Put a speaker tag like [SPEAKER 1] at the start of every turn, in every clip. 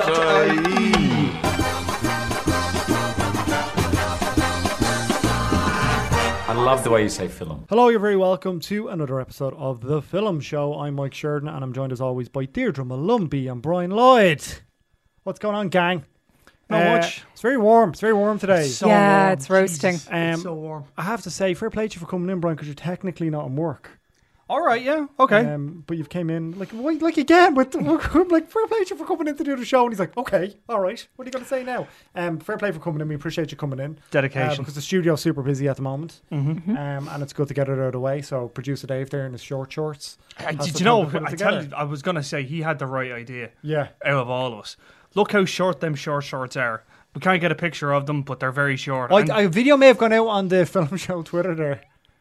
[SPEAKER 1] entertainment.ie.
[SPEAKER 2] I love the way you say film.
[SPEAKER 3] Hello, you're very welcome to another episode of The Film Show. I'm Mike Sheridan and I'm joined as always by Deirdre Malumbi and Brian Lloyd. What's going on, gang? Not
[SPEAKER 4] Uh,
[SPEAKER 3] much. It's very warm. It's very warm today.
[SPEAKER 4] It's so
[SPEAKER 5] Yeah,
[SPEAKER 4] warm.
[SPEAKER 5] it's roasting.
[SPEAKER 4] Jesus,
[SPEAKER 3] Um,
[SPEAKER 4] it's so warm.
[SPEAKER 3] I have to say, fair play to you for coming in, Brian, because you're technically not on work.
[SPEAKER 4] All right, yeah, okay.
[SPEAKER 3] Um, but you've came in like why- like again, but I'm like fair play to you for coming in to do the show, and he's like, okay, all right, what are you gonna say now? Um, fair play for coming in. We appreciate you coming in. Uh,
[SPEAKER 4] Dedication.
[SPEAKER 3] because the studio's super busy at the moment,
[SPEAKER 4] Mhm.
[SPEAKER 3] um, and it's good to get it out of the way. So producer Dave there in his short shorts.
[SPEAKER 4] I-
[SPEAKER 3] Has
[SPEAKER 4] Did
[SPEAKER 3] the
[SPEAKER 4] you know?
[SPEAKER 3] time to put it
[SPEAKER 4] I tell you,
[SPEAKER 3] together.
[SPEAKER 4] I was gonna say he had the right idea
[SPEAKER 3] Yeah,
[SPEAKER 4] out of all of us. Look how short them short shorts are. We can't get a picture of them, but they're very short.
[SPEAKER 3] I,
[SPEAKER 4] And
[SPEAKER 3] I, a video may have gone out on the film show Twitter there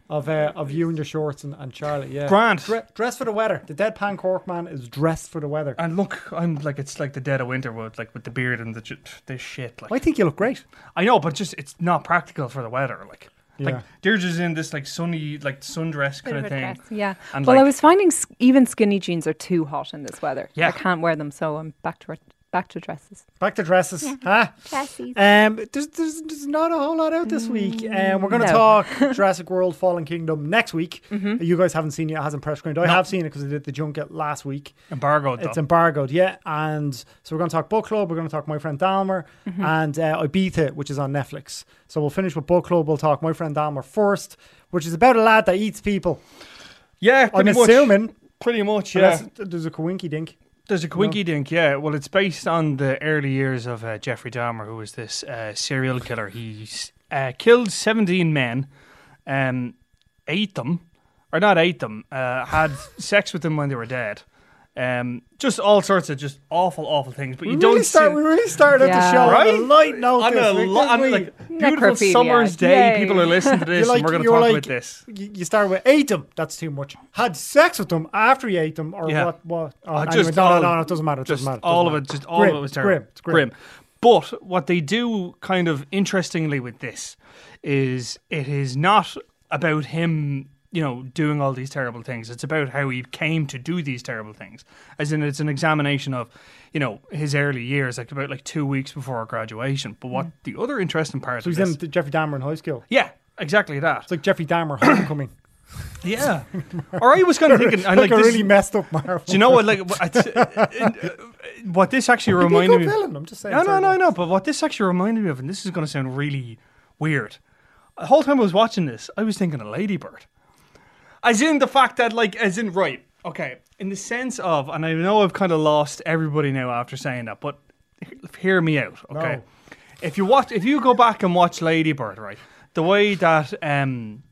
[SPEAKER 3] of uh, of you and your shorts and, and Charlie. Yeah,
[SPEAKER 4] Grant.
[SPEAKER 3] Dre- dress for the weather. The deadpan cork man is dressed for the weather.
[SPEAKER 4] and look, I'm like it's like the dead of winter with like with the beard and the j- this shit. Like
[SPEAKER 3] I think you look great.
[SPEAKER 4] I know, but just it's not practical for the weather. Like
[SPEAKER 3] Yeah.
[SPEAKER 4] like Deirdre's in this like sunny like sundress
[SPEAKER 5] Bit
[SPEAKER 4] kind
[SPEAKER 5] of
[SPEAKER 4] of
[SPEAKER 5] a
[SPEAKER 4] thing.
[SPEAKER 5] dress, Yeah.
[SPEAKER 4] And,
[SPEAKER 5] well, I
[SPEAKER 4] like-
[SPEAKER 5] was finding s- even skinny jeans are too hot in this weather.
[SPEAKER 4] Yeah.
[SPEAKER 5] I can't wear them, so I'm back to back to dresses.
[SPEAKER 3] Back to dresses, huh? Um, there's, there's there's not a whole lot out this week. Um, we're going to
[SPEAKER 5] Mm, no. Mm-hmm.
[SPEAKER 3] talk Jurassic World: Fallen Kingdom next week. You guys haven't seen it; it hasn't press screened. I have seen it because I did the junket last week.
[SPEAKER 4] Embargoed though.
[SPEAKER 3] It's embargoed, yeah. And so we're going to talk book club. We're going to talk my friend Dahmer
[SPEAKER 5] Mm-hmm.
[SPEAKER 3] and uh, Ibiza, which is on Netflix. So we'll finish with book club. We'll talk my friend Dahmer first, which is about a lad that eats people.
[SPEAKER 4] yeah, pretty
[SPEAKER 3] I'm
[SPEAKER 4] much.
[SPEAKER 3] assuming.
[SPEAKER 4] Pretty much, yeah.
[SPEAKER 3] unless there's a coinky dink.
[SPEAKER 4] There's a Quinky Dink, yeah. Well, it's based on the early years of uh, Jeffrey Dahmer, who was this uh, serial killer. He s- uh, killed 17 men, um, ate them, or not ate them, uh, had sex with them when they were dead. Um, just all sorts of just awful, awful things. But you
[SPEAKER 3] We
[SPEAKER 4] don't
[SPEAKER 3] really start.
[SPEAKER 4] see,
[SPEAKER 3] We really started the
[SPEAKER 5] Yeah.
[SPEAKER 3] show
[SPEAKER 4] right?
[SPEAKER 3] on a light note.
[SPEAKER 4] on
[SPEAKER 3] this
[SPEAKER 4] a
[SPEAKER 3] week,
[SPEAKER 4] lo-
[SPEAKER 3] didn't
[SPEAKER 4] on,
[SPEAKER 3] we?
[SPEAKER 4] like beautiful
[SPEAKER 5] Necrophilia.
[SPEAKER 4] summer's day.
[SPEAKER 5] Yay.
[SPEAKER 4] People are listening to this,
[SPEAKER 3] You're
[SPEAKER 4] and we're going to
[SPEAKER 3] you're
[SPEAKER 4] talk
[SPEAKER 3] like-
[SPEAKER 4] about this.
[SPEAKER 3] You, you start with ate them. That's too much. Had sex with them after you ate them, or
[SPEAKER 4] Yeah.
[SPEAKER 3] what? What? Oh,
[SPEAKER 4] Uh,
[SPEAKER 3] anyway,
[SPEAKER 4] just
[SPEAKER 3] no, no,
[SPEAKER 4] all-
[SPEAKER 3] no, no, It doesn't matter. It
[SPEAKER 4] just
[SPEAKER 3] doesn't matter.
[SPEAKER 4] all of
[SPEAKER 3] doesn't
[SPEAKER 4] it, just all
[SPEAKER 3] Grim,
[SPEAKER 4] of it was
[SPEAKER 3] it's
[SPEAKER 4] terrible.
[SPEAKER 3] grim, it's grim.
[SPEAKER 4] But what they do, kind of interestingly, with this is it is not about him, you know, doing all these terrible things. It's about how he came to do these terrible things. As in, it's an examination of, you know, his early years, like about like two weeks before matter. graduation. But what the other interesting part
[SPEAKER 3] Mm. So
[SPEAKER 4] of
[SPEAKER 3] he's
[SPEAKER 4] this,
[SPEAKER 3] in the Jeffrey Dahmer in high school.
[SPEAKER 4] yeah, exactly that.
[SPEAKER 3] It's like Jeffrey Dahmer homecoming.
[SPEAKER 4] Yeah, or I was kind of thinking, and
[SPEAKER 3] like,
[SPEAKER 4] like,
[SPEAKER 3] a
[SPEAKER 4] this,
[SPEAKER 3] really messed up Marvel.
[SPEAKER 4] do you know what? Like, what- it's- uh, what this actually
[SPEAKER 3] He'd be a
[SPEAKER 4] reminded
[SPEAKER 3] good
[SPEAKER 4] me.
[SPEAKER 3] villain, I'm just saying.
[SPEAKER 4] No,
[SPEAKER 3] sorry.
[SPEAKER 4] no, no, no. But what this actually reminded me of, and this is going to sound really weird, the whole time I was watching this, I was thinking of Ladybird. As in the fact that, like, as in, right, okay, in the sense of, and I know I've kind of lost everybody now after saying that, but he- hear me out, okay?
[SPEAKER 3] No.
[SPEAKER 4] If you watch, if you go back and watch Ladybird, right, the way that, um,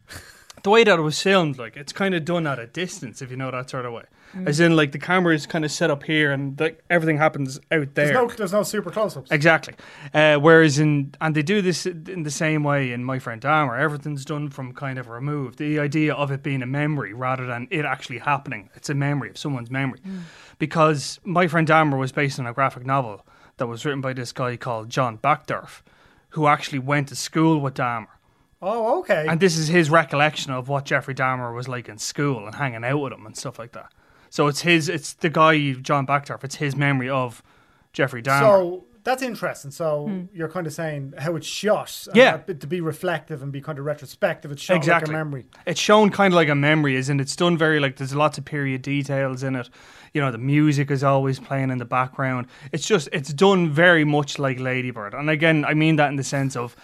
[SPEAKER 4] the way that it was filmed, like it's kind of done at a distance, if you know that sort of way.
[SPEAKER 3] Mm.
[SPEAKER 4] As in, like the camera is kind of set up here, and like everything happens out there.
[SPEAKER 3] There's no, there's no super close-ups.
[SPEAKER 4] Exactly. Uh, whereas in and they do this in the same way in My Friend Dahmer, everything's done from kind of removed. The idea of it being a memory rather than it actually happening. It's a memory of someone's memory, because My Friend Dahmer was based on a graphic novel that was written by this guy called John Backdorf, who actually went to school with Dahmer.
[SPEAKER 3] Oh, okay.
[SPEAKER 4] And this is his recollection of what Jeffrey Dahmer was like in school and hanging out with him and stuff like that. So it's his, it's the guy John Backdorf. It's his memory of Jeffrey Dahmer.
[SPEAKER 3] so that's interesting. So you're kind of saying how it's shot. and
[SPEAKER 4] Yeah.
[SPEAKER 3] that- To be reflective and be kind of retrospective. It's shot
[SPEAKER 4] exactly.
[SPEAKER 3] like a memory.
[SPEAKER 4] It's shown kind of like a memory, isn't it? It's done very like there's lots of period details in it. You know, the music is always playing in the background. It's just it's done very much like Ladybird. And again, I mean that in the sense of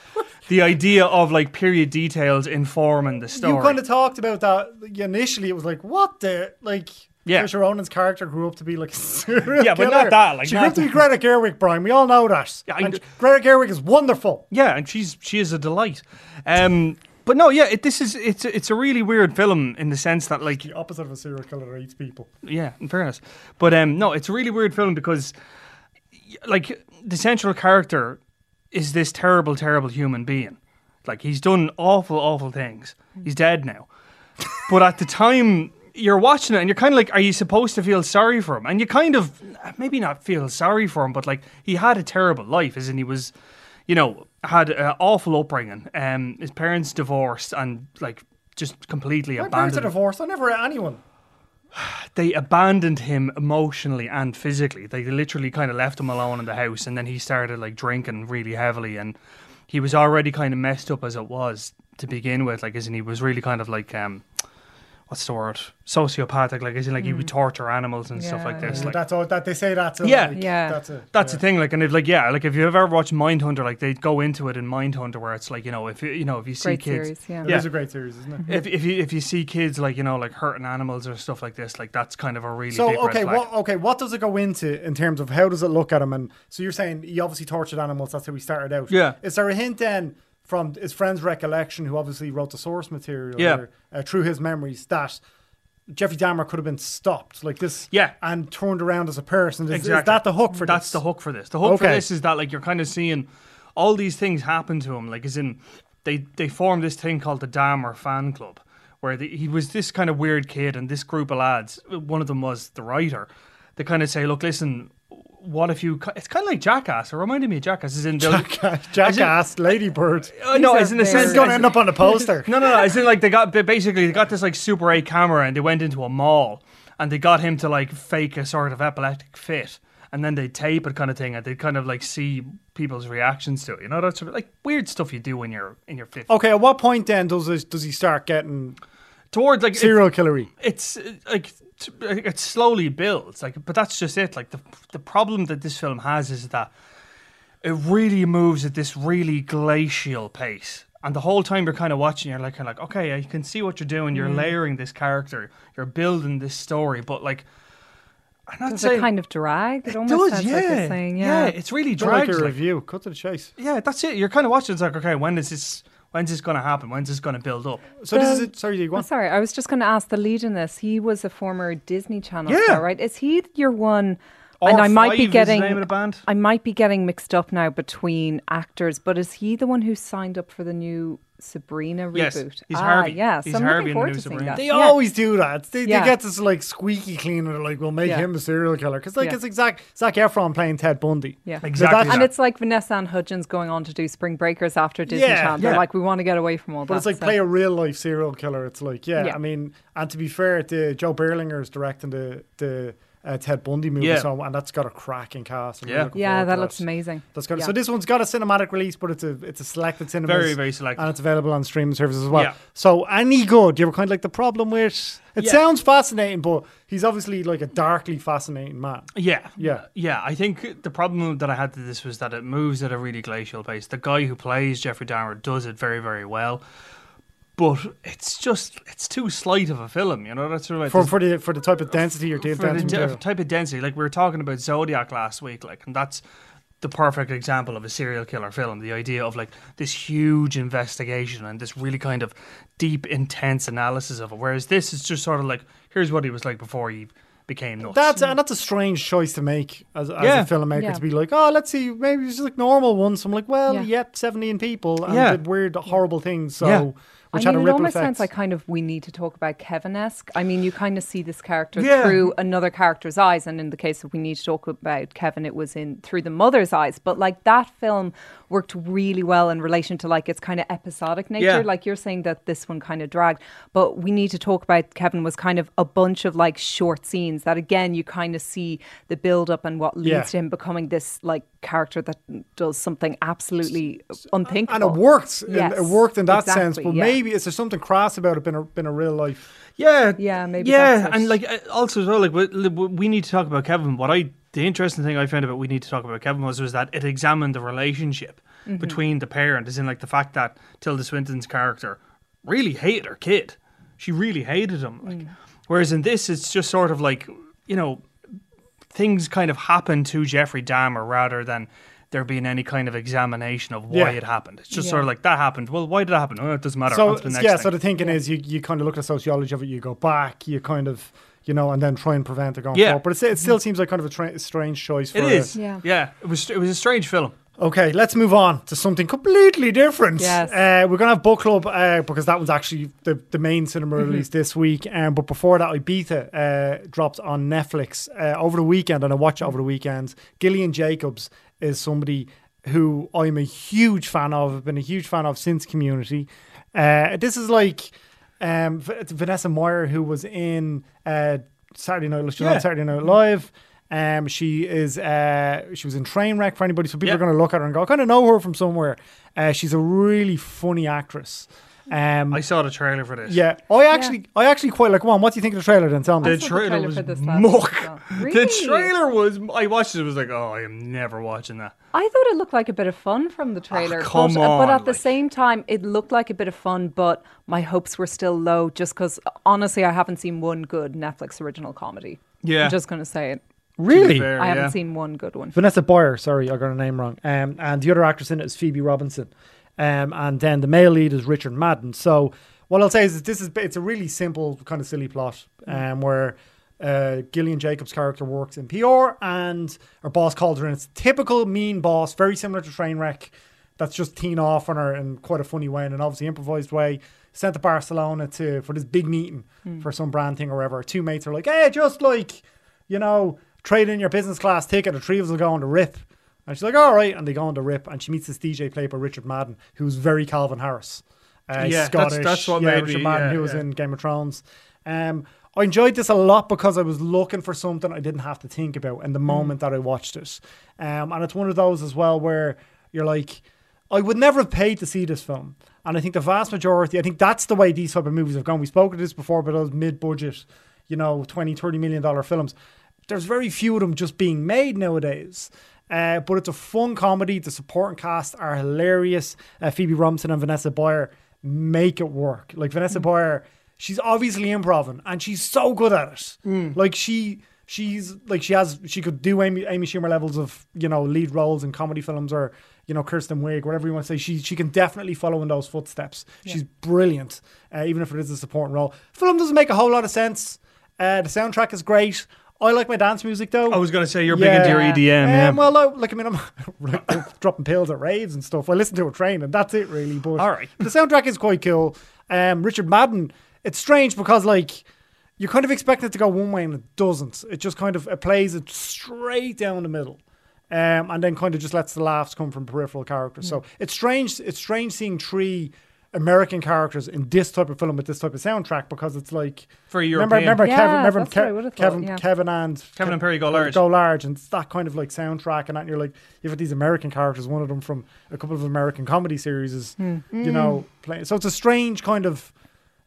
[SPEAKER 4] the idea of like period details informing the story.
[SPEAKER 3] You kind of talked about that like, initially. It was like, what the like.
[SPEAKER 4] Yeah.
[SPEAKER 3] Saoirse Ronan's character grew up to be like a serial
[SPEAKER 4] Yeah, but
[SPEAKER 3] killer.
[SPEAKER 4] not that, like,
[SPEAKER 3] she grew
[SPEAKER 4] not
[SPEAKER 3] up to be Greta Gerwig, Brian. We all know that.
[SPEAKER 4] Yeah, I
[SPEAKER 3] and
[SPEAKER 4] kn-
[SPEAKER 3] Greta Gerwig is wonderful.
[SPEAKER 4] Yeah, and she's she is a delight. Um, but no, yeah, it, this is it's it's a really weird film in the sense that like
[SPEAKER 3] The opposite of a serial killer that eats people.
[SPEAKER 4] yeah, in fairness. But um, no, it's a really weird film because, y- like, the central character is this terrible, terrible human being. Like, he's done awful, awful things. He's dead now. but at the time, you're watching it and you're kind of like, are you supposed to feel sorry for him? And you kind of, maybe not feel sorry for him, but like, he had a terrible life, as in he was, you know, had an awful upbringing. Um, his parents divorced and, like, just completely
[SPEAKER 3] My parents
[SPEAKER 4] abandoned.
[SPEAKER 3] are divorced. I never had anyone.
[SPEAKER 4] they abandoned him emotionally and physically. They literally kind of left him alone in the house, and then he started like drinking really heavily, and he was already kind of messed up as it was to begin with. Like, as in, he was really kind of like um, what's the word? Sociopathic. Like, as in, like he would torture animals and stuff
[SPEAKER 5] Mm. Yeah,
[SPEAKER 4] like this.
[SPEAKER 5] yeah.
[SPEAKER 4] Like,
[SPEAKER 3] that's all that they say. That's a,
[SPEAKER 4] Yeah.
[SPEAKER 3] like,
[SPEAKER 5] Yeah.
[SPEAKER 3] That's a,
[SPEAKER 4] that's the thing, like, and if, like, yeah, like, if you've ever watched Mindhunter, like, they go into it in Mindhunter, where it's like, you know, if you, you know, if you see
[SPEAKER 5] Great
[SPEAKER 4] kids,
[SPEAKER 5] series, yeah.
[SPEAKER 3] It
[SPEAKER 4] Yeah.
[SPEAKER 3] is a great series, isn't it?
[SPEAKER 4] if if you if you see kids like you know like hurting animals or stuff like this, like that's kind of a really big
[SPEAKER 3] So
[SPEAKER 4] red
[SPEAKER 3] okay,
[SPEAKER 4] flag.
[SPEAKER 3] what okay, what does it go into in terms of how does it look at him? And so you're saying he obviously tortured animals. That's how he started out.
[SPEAKER 4] Yeah.
[SPEAKER 3] Is there a hint then from his friend's recollection, who obviously wrote the source material,
[SPEAKER 4] Yeah.
[SPEAKER 3] there, uh, through his memories that Jeffrey Dahmer could have been stopped like this,
[SPEAKER 4] Yeah.
[SPEAKER 3] and turned around as a person? Is,
[SPEAKER 4] Exactly.
[SPEAKER 3] is that the hook for
[SPEAKER 4] That's
[SPEAKER 3] this?
[SPEAKER 4] the hook for this. The hook for
[SPEAKER 3] Okay.
[SPEAKER 4] this is that like you're kind of seeing all these things happen to him. Like as in they they formed this thing called the Dahmer fan club, where the, he was this kind of weird kid and this group of lads. One of them was the writer. They kind of say, look, listen. What if you? It's kind of like Jackass. It reminded me of Jackass. As in, Jackass.
[SPEAKER 3] Jackass, Ladybird.
[SPEAKER 4] Uh, no,
[SPEAKER 5] These are
[SPEAKER 4] as in the
[SPEAKER 5] very-
[SPEAKER 4] sense,
[SPEAKER 3] It's going to end up on the poster.
[SPEAKER 4] No, no, no. As in, like, they got ba- basically they got this like Super 8 camera, and they went into a mall, and they got him to like fake a sort of epileptic fit, and then they tape it kind of thing, and they kind of like see people's reactions to it. You know, that's sort of like weird stuff you do when you're in your fifth.
[SPEAKER 3] Okay, at what point then does this, does he start getting
[SPEAKER 4] Towards like it-
[SPEAKER 3] serial killery?
[SPEAKER 4] it's uh, like t- it slowly builds like but that's just it like the the problem that this film has is that it really moves at this really glacial pace and the whole time you're kind of watching you're like kind of like okay you can see what you're doing
[SPEAKER 5] Mm.
[SPEAKER 4] you're layering this character you're building this story but like I'm not
[SPEAKER 5] Does
[SPEAKER 4] saying
[SPEAKER 5] it kind of drag? It,
[SPEAKER 4] It
[SPEAKER 5] almost
[SPEAKER 4] does
[SPEAKER 5] sounds
[SPEAKER 4] yeah
[SPEAKER 5] like it's saying,
[SPEAKER 4] yeah
[SPEAKER 5] yeah.
[SPEAKER 4] it's really
[SPEAKER 3] Don't like
[SPEAKER 4] drags
[SPEAKER 3] your
[SPEAKER 4] like-
[SPEAKER 3] review. Cut to the chase.
[SPEAKER 4] yeah that's it you're kind of watching it's like okay when is this when's this going to happen when's this going to build up
[SPEAKER 3] So this is
[SPEAKER 5] The-
[SPEAKER 3] it. Sorry, do you go
[SPEAKER 5] I'm
[SPEAKER 3] on?
[SPEAKER 5] Oh, sorry, I was just going to ask the lead in this. He was a former Disney Channel
[SPEAKER 4] Yeah.
[SPEAKER 5] star, right? Is he your one?
[SPEAKER 4] Or
[SPEAKER 5] and I might
[SPEAKER 4] Five
[SPEAKER 5] be
[SPEAKER 4] is the
[SPEAKER 5] getting
[SPEAKER 4] name of the band.
[SPEAKER 5] I might be getting mixed up now between actors, but is he the one who signed up for the new Sabrina reboot?
[SPEAKER 4] Yes, he's
[SPEAKER 5] ah,
[SPEAKER 4] Harvey.
[SPEAKER 5] Yeah,
[SPEAKER 4] He's
[SPEAKER 5] so I'm
[SPEAKER 4] Harvey
[SPEAKER 5] looking
[SPEAKER 4] in the
[SPEAKER 5] forward
[SPEAKER 4] new
[SPEAKER 5] to seeing
[SPEAKER 4] Sabrina.
[SPEAKER 5] that.
[SPEAKER 3] They
[SPEAKER 5] Yeah.
[SPEAKER 3] always do that. They,
[SPEAKER 5] Yeah.
[SPEAKER 3] they get this like squeaky clean and they're like, we'll make
[SPEAKER 5] Yeah.
[SPEAKER 3] him a serial killer. Because like
[SPEAKER 5] Yeah.
[SPEAKER 3] it's exact Zach Efron playing Ted Bundy.
[SPEAKER 5] Yeah.
[SPEAKER 3] So
[SPEAKER 4] Exactly
[SPEAKER 3] that's-
[SPEAKER 4] that.
[SPEAKER 5] And it's like Vanessa and Hudgens going on to do Spring Breakers after Disney
[SPEAKER 3] Yeah,
[SPEAKER 5] Channel. They're
[SPEAKER 4] yeah.
[SPEAKER 5] like, we want to get away from all
[SPEAKER 3] but
[SPEAKER 5] that.
[SPEAKER 3] it's like
[SPEAKER 5] so-
[SPEAKER 3] play a real life serial killer. It's like, yeah,
[SPEAKER 5] Yeah.
[SPEAKER 3] I mean, and to be fair, the Joe Berlinger is directing the the uh, Ted Bundy movie,
[SPEAKER 4] Yeah.
[SPEAKER 3] so and that's got a cracking cast. I'm
[SPEAKER 4] Yeah.
[SPEAKER 3] really looking
[SPEAKER 5] yeah,
[SPEAKER 3] forward
[SPEAKER 5] that
[SPEAKER 3] to
[SPEAKER 5] looks amazing.
[SPEAKER 3] That's got
[SPEAKER 5] Yeah.
[SPEAKER 3] so this one's got a cinematic release, but it's a it's a selected cinema,
[SPEAKER 4] Very, very selected.
[SPEAKER 3] and it's available on streaming services as well.
[SPEAKER 4] Yeah.
[SPEAKER 3] So any good? You were kind of like the problem with it
[SPEAKER 4] Yeah.
[SPEAKER 3] sounds fascinating, but he's obviously like a darkly fascinating man.
[SPEAKER 4] Yeah.
[SPEAKER 3] Yeah.
[SPEAKER 4] Yeah. I think the problem that I had to this was that it moves at a really glacial pace. The guy who plays Jeffrey Dahmer does it very, very well. But it's just, it's too slight of a film, you know? That's sort of like
[SPEAKER 3] for
[SPEAKER 4] there's-
[SPEAKER 3] for the for the type of density you're dealing
[SPEAKER 4] for the
[SPEAKER 3] with.
[SPEAKER 4] d- type of density. Like we were talking about Zodiac last week, like, and that's the perfect example of a serial killer film. The idea of like this huge investigation and this really kind of deep, intense analysis of it. Whereas this is just sort of like, here's what he was like before he became nuts.
[SPEAKER 3] That's and that's a strange choice to make as, as
[SPEAKER 4] Yeah.
[SPEAKER 3] a filmmaker
[SPEAKER 5] Yeah.
[SPEAKER 3] to be like, oh, let's see, maybe it's just like normal ones. I'm like, well,
[SPEAKER 5] Yeah.
[SPEAKER 3] yep, 17 people and
[SPEAKER 4] Yeah.
[SPEAKER 3] did weird, horrible things. So,
[SPEAKER 4] Yeah.
[SPEAKER 3] which
[SPEAKER 5] I mean,
[SPEAKER 3] had a
[SPEAKER 5] it
[SPEAKER 3] ripple
[SPEAKER 5] almost
[SPEAKER 3] effect.
[SPEAKER 5] sounds like kind of we need to talk about Kevin esque. I mean, you kind of see this character
[SPEAKER 4] Yeah.
[SPEAKER 5] through another character's eyes, and in the case of we need to talk about Kevin, it was in through the mother's eyes. But like that film worked really well in relation to like its kind of episodic nature.
[SPEAKER 4] Yeah.
[SPEAKER 5] Like you're saying that this one kind of dragged, but we need to talk about Kevin was kind of a bunch of like short scenes that again you kind of see the build up and what leads
[SPEAKER 3] Yeah.
[SPEAKER 5] to him becoming this like character that does something absolutely
[SPEAKER 3] uh,
[SPEAKER 5] unthinkable.
[SPEAKER 3] and it worked. in-
[SPEAKER 5] Yes,
[SPEAKER 3] it worked in that sense,
[SPEAKER 5] exactly,
[SPEAKER 3] but
[SPEAKER 5] yeah.
[SPEAKER 3] maybe is there something crass about it? Been a been a real life.
[SPEAKER 4] Yeah,
[SPEAKER 5] Yeah, maybe
[SPEAKER 4] yeah,
[SPEAKER 5] that's it.
[SPEAKER 4] and like uh, also as well, like we, li- we we need to talk about Kevin. What I the interesting thing I found about we need to talk about Kevin was was that it examined the relationship between the parent, as in like the fact that Tilda Swinton's character really hated her kid. She really hated him. Like, whereas in this, it's just sort of like you know things kind of happen to Jeffrey Dahmer rather than. There being any kind of examination of why
[SPEAKER 3] Yeah.
[SPEAKER 4] it happened. It's just
[SPEAKER 5] Yeah.
[SPEAKER 4] sort of like that happened. Well, why did it happen? Oh, it doesn't matter.
[SPEAKER 3] So
[SPEAKER 4] On to the next
[SPEAKER 3] yeah,
[SPEAKER 4] thing.
[SPEAKER 3] so the thinking is you you kind of look at the sociology of it, you go back, you kind of you know, and then try and prevent it going
[SPEAKER 4] Yeah.
[SPEAKER 3] forward. But it's, it still seems like kind of a tra- strange choice. For
[SPEAKER 4] It
[SPEAKER 3] a-
[SPEAKER 4] is.
[SPEAKER 5] Yeah.
[SPEAKER 4] Yeah. It was. It was a strange film.
[SPEAKER 3] Okay, let's move on to something completely different.
[SPEAKER 5] Yes.
[SPEAKER 3] Uh, we're going to have Book Club uh, because that one's actually the, the main cinema release this week. Um, but before that, Ibiza uh, dropped on Netflix uh, over the weekend, and I watched it over the weekend. Gillian Jacobs is somebody who I'm a huge fan of. I've been a huge fan of since Community. Uh, this is like um, V- it's Vanessa Moyer, who was in uh, Saturday Night Live. She's
[SPEAKER 4] Yeah. Mm-hmm.
[SPEAKER 3] on Saturday Night Live. Um, she is uh, she was in Trainwreck for anybody, so people
[SPEAKER 4] Yeah.
[SPEAKER 3] are going to look at her and go, I kind of know her from somewhere. Uh, she's a really funny actress. Um,
[SPEAKER 4] Mm-hmm. I saw the trailer for this.
[SPEAKER 3] yeah, I actually I actually quite like. One, what do you think of the trailer? Then tell me.
[SPEAKER 4] The
[SPEAKER 5] saw the
[SPEAKER 4] trailer,
[SPEAKER 5] trailer
[SPEAKER 4] was
[SPEAKER 5] for this last week
[SPEAKER 4] muck.
[SPEAKER 5] as well.
[SPEAKER 4] The
[SPEAKER 5] Really?
[SPEAKER 4] trailer was. I watched it. Was like, oh, I am never watching that.
[SPEAKER 5] I thought it looked like a bit of fun from the
[SPEAKER 3] Ah,
[SPEAKER 5] trailer.
[SPEAKER 4] come
[SPEAKER 5] but, uh, but
[SPEAKER 4] on,
[SPEAKER 5] at the
[SPEAKER 4] like-
[SPEAKER 5] same time, it looked like a bit of fun, but my hopes were still low just because, honestly, I haven't seen one good Netflix original comedy.
[SPEAKER 4] Yeah.
[SPEAKER 5] I'm just going to say it.
[SPEAKER 3] really,
[SPEAKER 4] Fair,
[SPEAKER 5] I haven't
[SPEAKER 4] yeah.
[SPEAKER 5] seen one good one.
[SPEAKER 3] Vanessa Boyer, sorry, I got her name wrong. Um, and the other actress in it is Phoebe Robinson. Um, and then the male lead is Richard Madden. So what I'll say is that this is it's a really simple kind of silly plot um, where uh, Gillian Jacobs' character works in PR and her boss calls her in. It's a typical mean boss, very similar to Trainwreck. That's just teen off on her in quite a funny way and an obviously improvised way. Sent to Barcelona to for this big meeting for some brand thing or whatever. Her two mates are like, hey, just like you know, trade in your business class ticket, the three of us will go on the rip. And she's like, all right. And they go on the rip. And she meets this DJ played by Richard Madden, who's very Calvin Harris. Uh,
[SPEAKER 4] Yeah, that's-
[SPEAKER 3] Scottish.
[SPEAKER 4] that's what
[SPEAKER 3] yeah,
[SPEAKER 4] made
[SPEAKER 3] Richard
[SPEAKER 4] me-
[SPEAKER 3] Madden,
[SPEAKER 4] yeah,
[SPEAKER 3] who was
[SPEAKER 4] yeah.
[SPEAKER 3] in Game of Thrones. Um, I enjoyed this a lot because I was looking for something I didn't have to think about in the moment that I watched it. Um, and it's one of those as well where you're like, I would never have paid to see this film. And I think the vast majority, I think that's the way these type of movies have gone. We spoke of this before, but those mid-budget, you know, 20, 30 million dollar films. There's very few of them just being made nowadays. Uh, but it's a fun comedy. The supporting cast are hilarious. Uh, Phoebe Robinson and Vanessa Boyer make it work. Like Vanessa Boyer, she's obviously improving and she's so good at it. Like she she's like she has she could do Amy Amy Schumer levels of, you know, lead roles in comedy films or, you know, Kirsten Wig, whatever you want to say. She she can definitely follow in those footsteps. She's brilliant, uh, even if it is a supporting role. Film doesn't make a whole lot of sense. Uh, the soundtrack is great. I like my dance music though.
[SPEAKER 4] I was gonna say you're big into your
[SPEAKER 5] Yeah.
[SPEAKER 4] EDM. Yeah.
[SPEAKER 3] Um, well, I, like I mean, I'm like, dropping pills at raves and stuff. I listen to a train, and that's it, really. But
[SPEAKER 4] All right.
[SPEAKER 3] the soundtrack is quite cool. Um, Richard Madden. It's strange because like you kind of expect it to go one way, and it doesn't. It just kind of it plays it straight down the middle. Um, and then kind of just lets the laughs come from peripheral characters.
[SPEAKER 4] Mm.
[SPEAKER 3] So it's strange. It's strange seeing three American characters in this type of film with this type of soundtrack because it's like
[SPEAKER 4] For
[SPEAKER 3] remember,
[SPEAKER 4] European.
[SPEAKER 3] remember
[SPEAKER 5] Yeah,
[SPEAKER 3] Kevin, remember
[SPEAKER 5] that's what I
[SPEAKER 3] Ke-
[SPEAKER 5] would've thought,
[SPEAKER 3] Kevin,
[SPEAKER 5] yeah.
[SPEAKER 3] Kevin and
[SPEAKER 4] Kevin and
[SPEAKER 3] Ke-
[SPEAKER 4] Perry go large.
[SPEAKER 3] Go large, and it's that kind of like soundtrack, and, that, and you're like, you have these American characters, one of them from a couple of American comedy series, is
[SPEAKER 5] Hmm.
[SPEAKER 3] you know, playing. So it's a strange kind of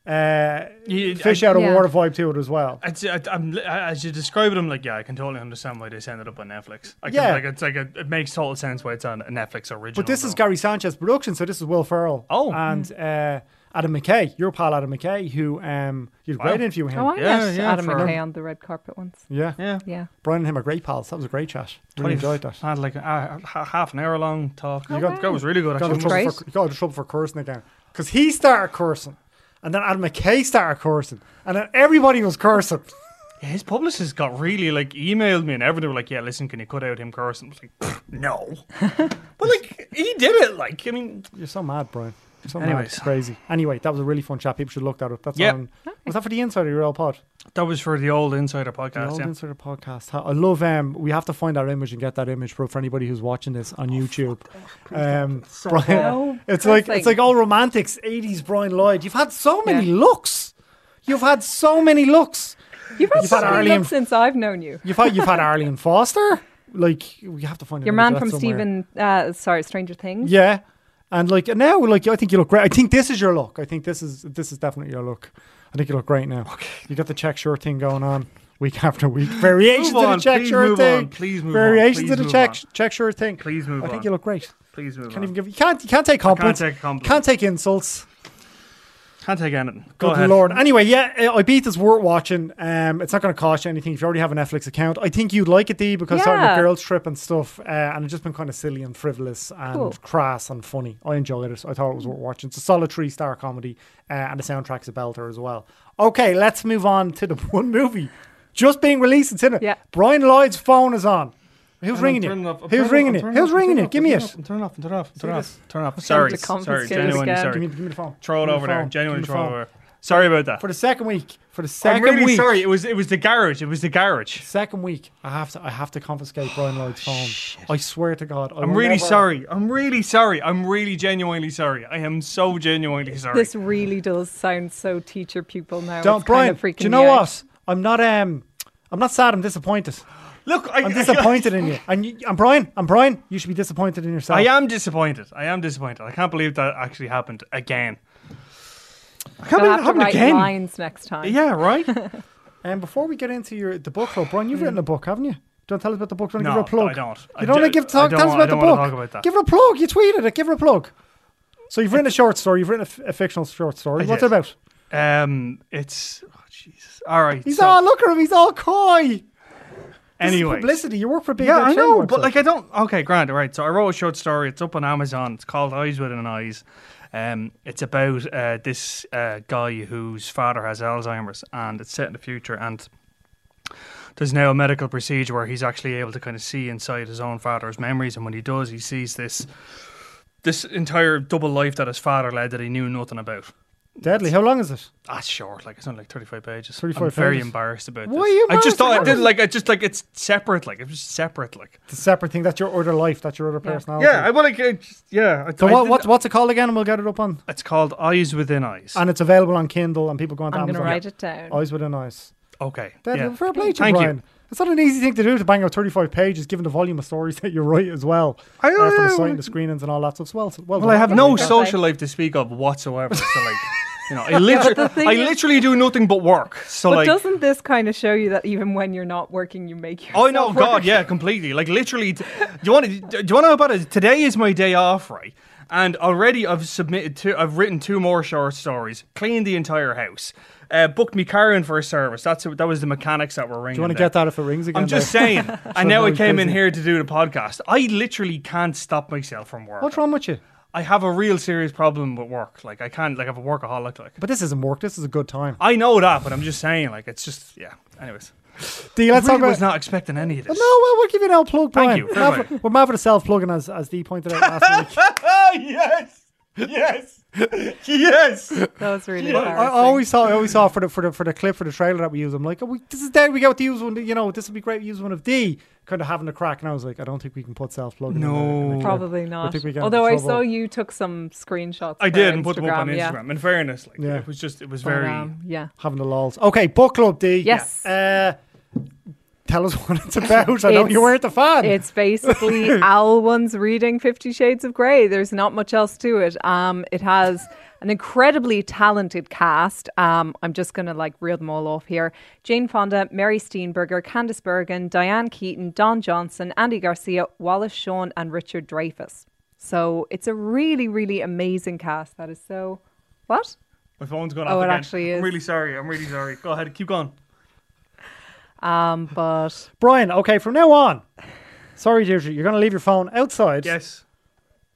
[SPEAKER 3] uh,
[SPEAKER 4] You-
[SPEAKER 3] fish
[SPEAKER 4] I-
[SPEAKER 3] out of
[SPEAKER 5] Yeah.
[SPEAKER 3] water vibe to it as well.
[SPEAKER 4] I'd say- I'd- I'm, li- I- as you describe it, I'm like, yeah, I can totally understand why they send it up on Netflix. I can,
[SPEAKER 3] Yeah.
[SPEAKER 4] like it's like a, it makes total sense why it's on a Netflix original.
[SPEAKER 3] But this is
[SPEAKER 4] though.
[SPEAKER 3] Gary Sanchez production, so this is Will Ferrell.
[SPEAKER 4] Oh.
[SPEAKER 3] and
[SPEAKER 5] Hmm.
[SPEAKER 3] uh, Adam McKay, your pal Adam McKay, who um, you had a great
[SPEAKER 4] Wow.
[SPEAKER 3] interview with him.
[SPEAKER 5] Oh, I
[SPEAKER 4] Yeah,
[SPEAKER 5] met
[SPEAKER 4] yeah,
[SPEAKER 5] Adam
[SPEAKER 4] for-
[SPEAKER 5] McKay on the red carpet once.
[SPEAKER 3] yeah.
[SPEAKER 4] yeah.
[SPEAKER 5] Yeah.
[SPEAKER 3] Brian and him are great pals. That was a great chat. Really
[SPEAKER 4] 20
[SPEAKER 3] enjoyed that.
[SPEAKER 4] Had like a, a, a half an hour long talk.
[SPEAKER 5] You
[SPEAKER 4] You
[SPEAKER 5] Oh, got-
[SPEAKER 4] got, that was really good.
[SPEAKER 3] got in
[SPEAKER 4] Actually,
[SPEAKER 3] trouble
[SPEAKER 5] Great.
[SPEAKER 3] for, got in trouble for cursing again because he started cursing, and then Adam McKay started cursing, and then everybody was cursing.
[SPEAKER 4] Yeah, his publicist got really like emailed me and everything. They were like, yeah, listen, can you cut out him cursing? I was like, "Pfft, no. but like he did it. Like I mean,
[SPEAKER 3] You're so mad, Brian. You're so mad.
[SPEAKER 4] Anyways.
[SPEAKER 3] It's crazy. Anyway, that was a really fun chat. People should look that up. That's
[SPEAKER 4] Yep.
[SPEAKER 3] on. Was that for the Insider Your Old Pod?
[SPEAKER 4] that was for the old Insider
[SPEAKER 3] The
[SPEAKER 4] podcast.
[SPEAKER 3] old
[SPEAKER 4] yeah.
[SPEAKER 3] Insider podcast. How- I love. Um, we have to find our image and get that image for for anybody who's watching this on YouTube. Um, Brian,
[SPEAKER 5] No
[SPEAKER 3] it's like
[SPEAKER 5] cursing.
[SPEAKER 3] it's like all romantics. 80s Brian Lloyd. You've had so many
[SPEAKER 5] Yeah.
[SPEAKER 3] looks. You've had so many looks.
[SPEAKER 5] You've had
[SPEAKER 3] You've
[SPEAKER 5] so
[SPEAKER 3] had
[SPEAKER 5] many
[SPEAKER 3] Arlene-
[SPEAKER 5] looks since I've known you.
[SPEAKER 3] You've had you've had Arlene Foster. Like we have to find an
[SPEAKER 5] Your
[SPEAKER 3] image
[SPEAKER 5] man
[SPEAKER 3] of that
[SPEAKER 5] from
[SPEAKER 3] somewhere.
[SPEAKER 5] Stephen, uh, sorry, Stranger Things.
[SPEAKER 3] Yeah, and like now, like I think you look great. I think this is your look. I think this is this is definitely your look. I think you look great now. You got the check shirt thing going on week after week. Variations
[SPEAKER 4] Move
[SPEAKER 3] of
[SPEAKER 4] on,
[SPEAKER 3] the check
[SPEAKER 4] please
[SPEAKER 3] shirt
[SPEAKER 4] move
[SPEAKER 3] thing.
[SPEAKER 4] on, please move on,
[SPEAKER 3] Variations
[SPEAKER 4] please
[SPEAKER 3] of the
[SPEAKER 4] move
[SPEAKER 3] check
[SPEAKER 4] on.
[SPEAKER 3] check shirt thing.
[SPEAKER 4] Please move
[SPEAKER 3] I think
[SPEAKER 4] on.
[SPEAKER 3] you look great.
[SPEAKER 4] Please move
[SPEAKER 3] Can't
[SPEAKER 4] on.
[SPEAKER 3] even give you can't you can't take compliments.
[SPEAKER 4] take a compliment.
[SPEAKER 3] Can't take insults.
[SPEAKER 4] Can't take anything. Go
[SPEAKER 3] Good
[SPEAKER 4] ahead.
[SPEAKER 3] lord. Anyway, yeah, uh, Ibiza's worth watching. Um, it's not going to cost you anything if you already have a Netflix account. I think you'd like it, Dee, because it's starting
[SPEAKER 5] Yeah.
[SPEAKER 3] a girls' trip and stuff, uh, and it's just been kind of silly and frivolous and
[SPEAKER 5] Cool.
[SPEAKER 3] crass and funny. I enjoyed it. I thought it was worth watching. It's a solid three star comedy, uh, and the soundtrack's a belter as well. Okay, let's move on to the one movie just being released in cinema.
[SPEAKER 5] Yeah.
[SPEAKER 3] Brian Lloyd's phone is on. Who's ringing you? Who's ringing you? Who's ringing you? Give me it.
[SPEAKER 4] Turn off. Turn off. Turn
[SPEAKER 3] off,
[SPEAKER 4] off. Turn off.
[SPEAKER 5] to
[SPEAKER 4] Sorry. Sorry.
[SPEAKER 5] confiscate it
[SPEAKER 4] Genuinely
[SPEAKER 3] Give
[SPEAKER 5] again.
[SPEAKER 3] me,
[SPEAKER 4] sorry.
[SPEAKER 3] give me the phone.
[SPEAKER 4] Throw
[SPEAKER 3] Give
[SPEAKER 4] it
[SPEAKER 3] me the
[SPEAKER 4] over there.
[SPEAKER 3] phone.
[SPEAKER 4] Genuinely
[SPEAKER 3] Give me the
[SPEAKER 4] throw it
[SPEAKER 3] phone.
[SPEAKER 4] over. Sorry about that.
[SPEAKER 3] For the second week. For the 2nd
[SPEAKER 4] I'm really
[SPEAKER 3] week.
[SPEAKER 4] sorry. It was it was the garage. It was the garage.
[SPEAKER 3] Second week, I have to I have to confiscate Brian Lloyd's phone. I swear to God, I
[SPEAKER 4] Oh, I'm
[SPEAKER 3] will
[SPEAKER 4] really
[SPEAKER 3] never-
[SPEAKER 4] sorry. I'm really sorry. I'm really genuinely sorry. I am so genuinely sorry.
[SPEAKER 5] This really does sound so teacher pupil now.
[SPEAKER 3] Don't
[SPEAKER 5] it's
[SPEAKER 3] Brian.
[SPEAKER 5] Kind of freaking
[SPEAKER 3] do you know
[SPEAKER 5] me out.
[SPEAKER 3] what? I'm not um I'm not sad. I'm disappointed.
[SPEAKER 4] Look, I,
[SPEAKER 3] I'm disappointed in you. And you, I'm Brian. I'm Brian. You should be disappointed in yourself.
[SPEAKER 4] I am disappointed. I am disappointed. I can't believe that actually happened again. I can't
[SPEAKER 5] They'll
[SPEAKER 4] believe it
[SPEAKER 5] have to
[SPEAKER 4] happened
[SPEAKER 5] write
[SPEAKER 4] again.
[SPEAKER 5] lines next time.
[SPEAKER 4] Yeah, right.
[SPEAKER 3] And before we get into your the book club, Brian, you've written a book, haven't you? Don't tell us about the book. Don't
[SPEAKER 4] Hmm. No,
[SPEAKER 3] give her a plug.
[SPEAKER 4] I don't. I
[SPEAKER 3] You don't want
[SPEAKER 4] do-
[SPEAKER 3] to give talk.
[SPEAKER 4] I don't
[SPEAKER 3] Tell us
[SPEAKER 4] want- I
[SPEAKER 3] about the
[SPEAKER 4] don't
[SPEAKER 3] book.
[SPEAKER 4] wanna talk about that.
[SPEAKER 3] Give her a plug. You tweeted it. Give her a plug. So you've written a short story. You've written a, f- a fictional short story.
[SPEAKER 4] I
[SPEAKER 3] What's
[SPEAKER 4] did.
[SPEAKER 3] it about?
[SPEAKER 4] um, it's oh, Jesus. All right.
[SPEAKER 3] He's
[SPEAKER 4] so
[SPEAKER 3] all look at him. He's all coy. This is
[SPEAKER 4] anyway.
[SPEAKER 3] publicity. You work for big.
[SPEAKER 4] Yeah,
[SPEAKER 3] Red
[SPEAKER 4] I
[SPEAKER 3] Chain
[SPEAKER 4] know,
[SPEAKER 3] Works,
[SPEAKER 4] but
[SPEAKER 3] though.
[SPEAKER 4] like I don't. Okay, grand. All right. So I wrote a short story. It's up on Amazon. It's called Eyes Within Eyes. Um, it's about uh, this uh, guy whose father has Alzheimer's, and it's set in the future. And there's now a medical procedure where he's actually able to kind of see inside his own father's memories, and when he does, he sees this this entire double life that his father led that he knew nothing about.
[SPEAKER 3] deadly. How long is it?
[SPEAKER 4] That's short, like it's only like thirty-five pages.
[SPEAKER 3] 35
[SPEAKER 4] I'm very
[SPEAKER 3] pages.
[SPEAKER 4] embarrassed about
[SPEAKER 3] Why are
[SPEAKER 4] this.
[SPEAKER 3] you
[SPEAKER 4] I just
[SPEAKER 3] embarrassed
[SPEAKER 4] thought I
[SPEAKER 3] about
[SPEAKER 4] did
[SPEAKER 3] it?
[SPEAKER 4] like I just like it's separate, like it's just separate, like
[SPEAKER 3] It's a separate thing. That's your other life. That's your other personality.
[SPEAKER 4] yeah. I want to yeah. I,
[SPEAKER 3] so
[SPEAKER 4] I
[SPEAKER 3] what,
[SPEAKER 4] did-
[SPEAKER 3] what, what's it called again? And we'll get it up on.
[SPEAKER 4] It's called Eyes Within Eyes.
[SPEAKER 3] And it's available on Kindle, and people go on
[SPEAKER 5] I'm going to
[SPEAKER 3] Amazon.
[SPEAKER 5] write it down.
[SPEAKER 3] Eyes within eyes.
[SPEAKER 4] okay.
[SPEAKER 3] Deadly.
[SPEAKER 4] yeah.
[SPEAKER 3] Fair play to you,
[SPEAKER 4] Thank you.
[SPEAKER 3] Brian. It's not an easy thing to do to bang out 35 pages, given the volume of stories that you write as well.
[SPEAKER 4] I-
[SPEAKER 3] uh, for
[SPEAKER 4] I-
[SPEAKER 3] the sighting, the screenings, and all that stuff. So well, well,
[SPEAKER 4] Well, I have no
[SPEAKER 5] Fair
[SPEAKER 4] social
[SPEAKER 5] play.
[SPEAKER 4] life to speak of whatsoever. So like, you know, I literally,
[SPEAKER 5] thing
[SPEAKER 4] I
[SPEAKER 5] is-
[SPEAKER 4] literally do nothing but work. So
[SPEAKER 5] But
[SPEAKER 4] like,
[SPEAKER 5] doesn't this kind of show you that even when you're not working, you make your
[SPEAKER 4] oh no, God, yeah, completely. Like literally, t- do you want to? Do you want to know about it? Today is my day off, right? And already I've submitted two. I've written two more short stories. Cleaned the entire house. Uh, booked me car in for a service. That's that was the mechanics that were ringing.
[SPEAKER 3] Do you want to
[SPEAKER 4] there.
[SPEAKER 3] get that if it rings again?
[SPEAKER 4] I'm just
[SPEAKER 3] though?
[SPEAKER 4] saying. and now I
[SPEAKER 3] Sometimes
[SPEAKER 4] came in
[SPEAKER 3] busy.
[SPEAKER 4] here to do the podcast. I literally can't stop myself from work.
[SPEAKER 3] What's wrong with you?
[SPEAKER 4] I have a real serious problem with work. Like I can't like I'm a workaholic like.
[SPEAKER 3] But this isn't work. This is a good time.
[SPEAKER 4] I know that, but I'm just saying like it's just yeah. Anyways.
[SPEAKER 3] D, let's
[SPEAKER 4] I really
[SPEAKER 3] talk about.
[SPEAKER 4] was not expecting any of
[SPEAKER 3] But
[SPEAKER 4] this.
[SPEAKER 3] no, well, we'll give you an out plug, Brian.
[SPEAKER 4] you. Fair
[SPEAKER 3] Mav-
[SPEAKER 4] play.
[SPEAKER 3] We're mad for the self plugging, as, as Dee pointed out last week.
[SPEAKER 4] Ah, yes. Yes. yes.
[SPEAKER 5] That was really
[SPEAKER 3] I, I
[SPEAKER 5] embarrassing.
[SPEAKER 3] always saw, I always saw for the for the for the clip for the trailer that we use. I'm like, oh, we, this is dead. We got to use one. You know, this would be great. We use one of D, kind of having a crack. And I was like, I don't think we can put self plugging.
[SPEAKER 4] No.
[SPEAKER 5] Probably not.
[SPEAKER 3] think we got
[SPEAKER 5] Although I
[SPEAKER 3] into trouble.
[SPEAKER 5] saw you took some screenshots.
[SPEAKER 4] I
[SPEAKER 5] for
[SPEAKER 4] did and put them up on
[SPEAKER 5] yeah.
[SPEAKER 4] Instagram. In fairness, like
[SPEAKER 3] Yeah.
[SPEAKER 4] it was just it was
[SPEAKER 5] But,
[SPEAKER 4] very
[SPEAKER 5] um, yeah.
[SPEAKER 3] having the lols. Okay, book club D.
[SPEAKER 5] Yes.
[SPEAKER 3] Uh, tell us what it's about. I know
[SPEAKER 5] It's-
[SPEAKER 3] you weren't a fan.
[SPEAKER 5] It's basically Alwyn's reading Fifty Shades of Grey. There's not much else to it. Um, it has an incredibly talented cast. Um, I'm just going to like reel them all off here. Jane Fonda, Mary Steenburgen, Candice Bergen, Diane Keaton, Don Johnson, Andy Garcia, Wallace Shawn, and Richard Dreyfuss. So it's a really, really amazing cast. That is so. What?
[SPEAKER 4] my phone's gone
[SPEAKER 5] Oh,
[SPEAKER 4] off
[SPEAKER 5] it
[SPEAKER 4] again.
[SPEAKER 5] actually
[SPEAKER 4] I'm
[SPEAKER 5] is.
[SPEAKER 4] really sorry. I'm really sorry. Go ahead. Keep going.
[SPEAKER 5] Um, but
[SPEAKER 3] Brian, okay, from now on. Sorry, Deirdre, you're going to leave your phone outside.
[SPEAKER 4] Yes.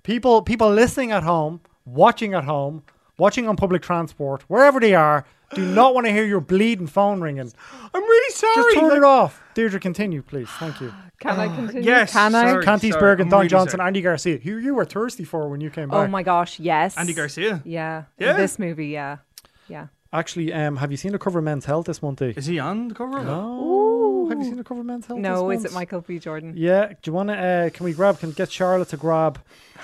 [SPEAKER 3] People, people listening at home, watching at home, watching on public transport, wherever they are, do not want to hear your bleeding phone ringing.
[SPEAKER 4] I'm really sorry.
[SPEAKER 3] Just turn
[SPEAKER 4] Like-
[SPEAKER 3] it off. Deirdre, continue, please. Thank you.
[SPEAKER 5] can I continue?
[SPEAKER 4] Uh, yes,
[SPEAKER 5] Can I?
[SPEAKER 4] sorry.
[SPEAKER 3] Cantice Bergen,
[SPEAKER 4] I'm
[SPEAKER 3] Don
[SPEAKER 4] really
[SPEAKER 3] Johnson,
[SPEAKER 4] sorry.
[SPEAKER 3] Andy Garcia, who you were thirsty for when you came back.
[SPEAKER 5] Oh my gosh! Yes.
[SPEAKER 4] Andy Garcia.
[SPEAKER 5] Yeah.
[SPEAKER 4] Yeah.
[SPEAKER 5] In this movie, yeah. Yeah.
[SPEAKER 3] Actually, um, have you seen the cover of Men's Health this month, D?
[SPEAKER 4] Is he on the cover?
[SPEAKER 3] Oh, have you seen the cover of Men's Health this
[SPEAKER 5] No, is
[SPEAKER 3] month?
[SPEAKER 5] it Michael B. Jordan?
[SPEAKER 3] Yeah, do you want to? Uh, can we grab? Can get Charlotte to grab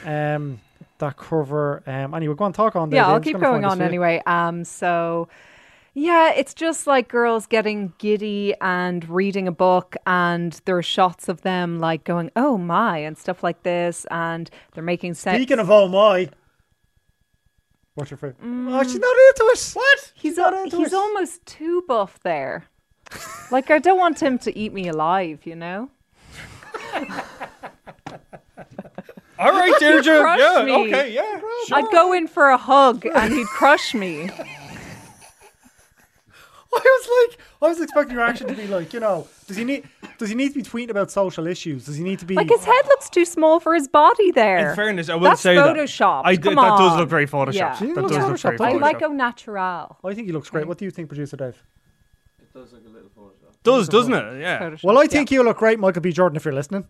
[SPEAKER 3] um, that cover? Um, anyway, go on, talk on. there,
[SPEAKER 5] Yeah,
[SPEAKER 3] Dave.
[SPEAKER 5] I'll
[SPEAKER 3] I'm just
[SPEAKER 5] keep
[SPEAKER 3] gonna
[SPEAKER 5] going
[SPEAKER 3] find this
[SPEAKER 5] on
[SPEAKER 3] for you.
[SPEAKER 5] anyway. Um, so yeah, it's just like girls getting giddy and reading a book, and there are shots of them like going, "Oh my," and stuff like this, and they're making sense.
[SPEAKER 3] Speaking of oh my, what's your favorite? Oh, she's not into it. What?
[SPEAKER 5] Mm. he's al- he's almost too buff there. like I don't want him to eat me alive, you know.
[SPEAKER 4] All right, Deirdre.
[SPEAKER 5] crushed
[SPEAKER 4] yeah.
[SPEAKER 5] me.
[SPEAKER 4] Okay. Yeah. Sure.
[SPEAKER 5] I'd go in for a hug, and he'd crush me.
[SPEAKER 3] I was like, I was expecting your action to be like, you know, does he need? Does he need to be tweeting about social issues? Does he need to be?
[SPEAKER 5] Like his head looks too small for his body there.
[SPEAKER 4] In fairness, I will
[SPEAKER 5] That's
[SPEAKER 4] say that.
[SPEAKER 5] Photoshop.
[SPEAKER 4] I did,
[SPEAKER 5] Come
[SPEAKER 4] that does
[SPEAKER 5] on.
[SPEAKER 4] look very photoshopped.
[SPEAKER 5] Yeah.
[SPEAKER 4] That
[SPEAKER 3] Yeah,
[SPEAKER 4] does
[SPEAKER 3] it's
[SPEAKER 4] look very
[SPEAKER 3] photoshopped.
[SPEAKER 5] I
[SPEAKER 4] photoshopped.
[SPEAKER 5] like au natural.
[SPEAKER 3] I think he looks great. What do you think, producer Dave?
[SPEAKER 4] does doesn't it? Yeah.
[SPEAKER 3] Well, I think you look great, Michael B. Jordan, if you're listening.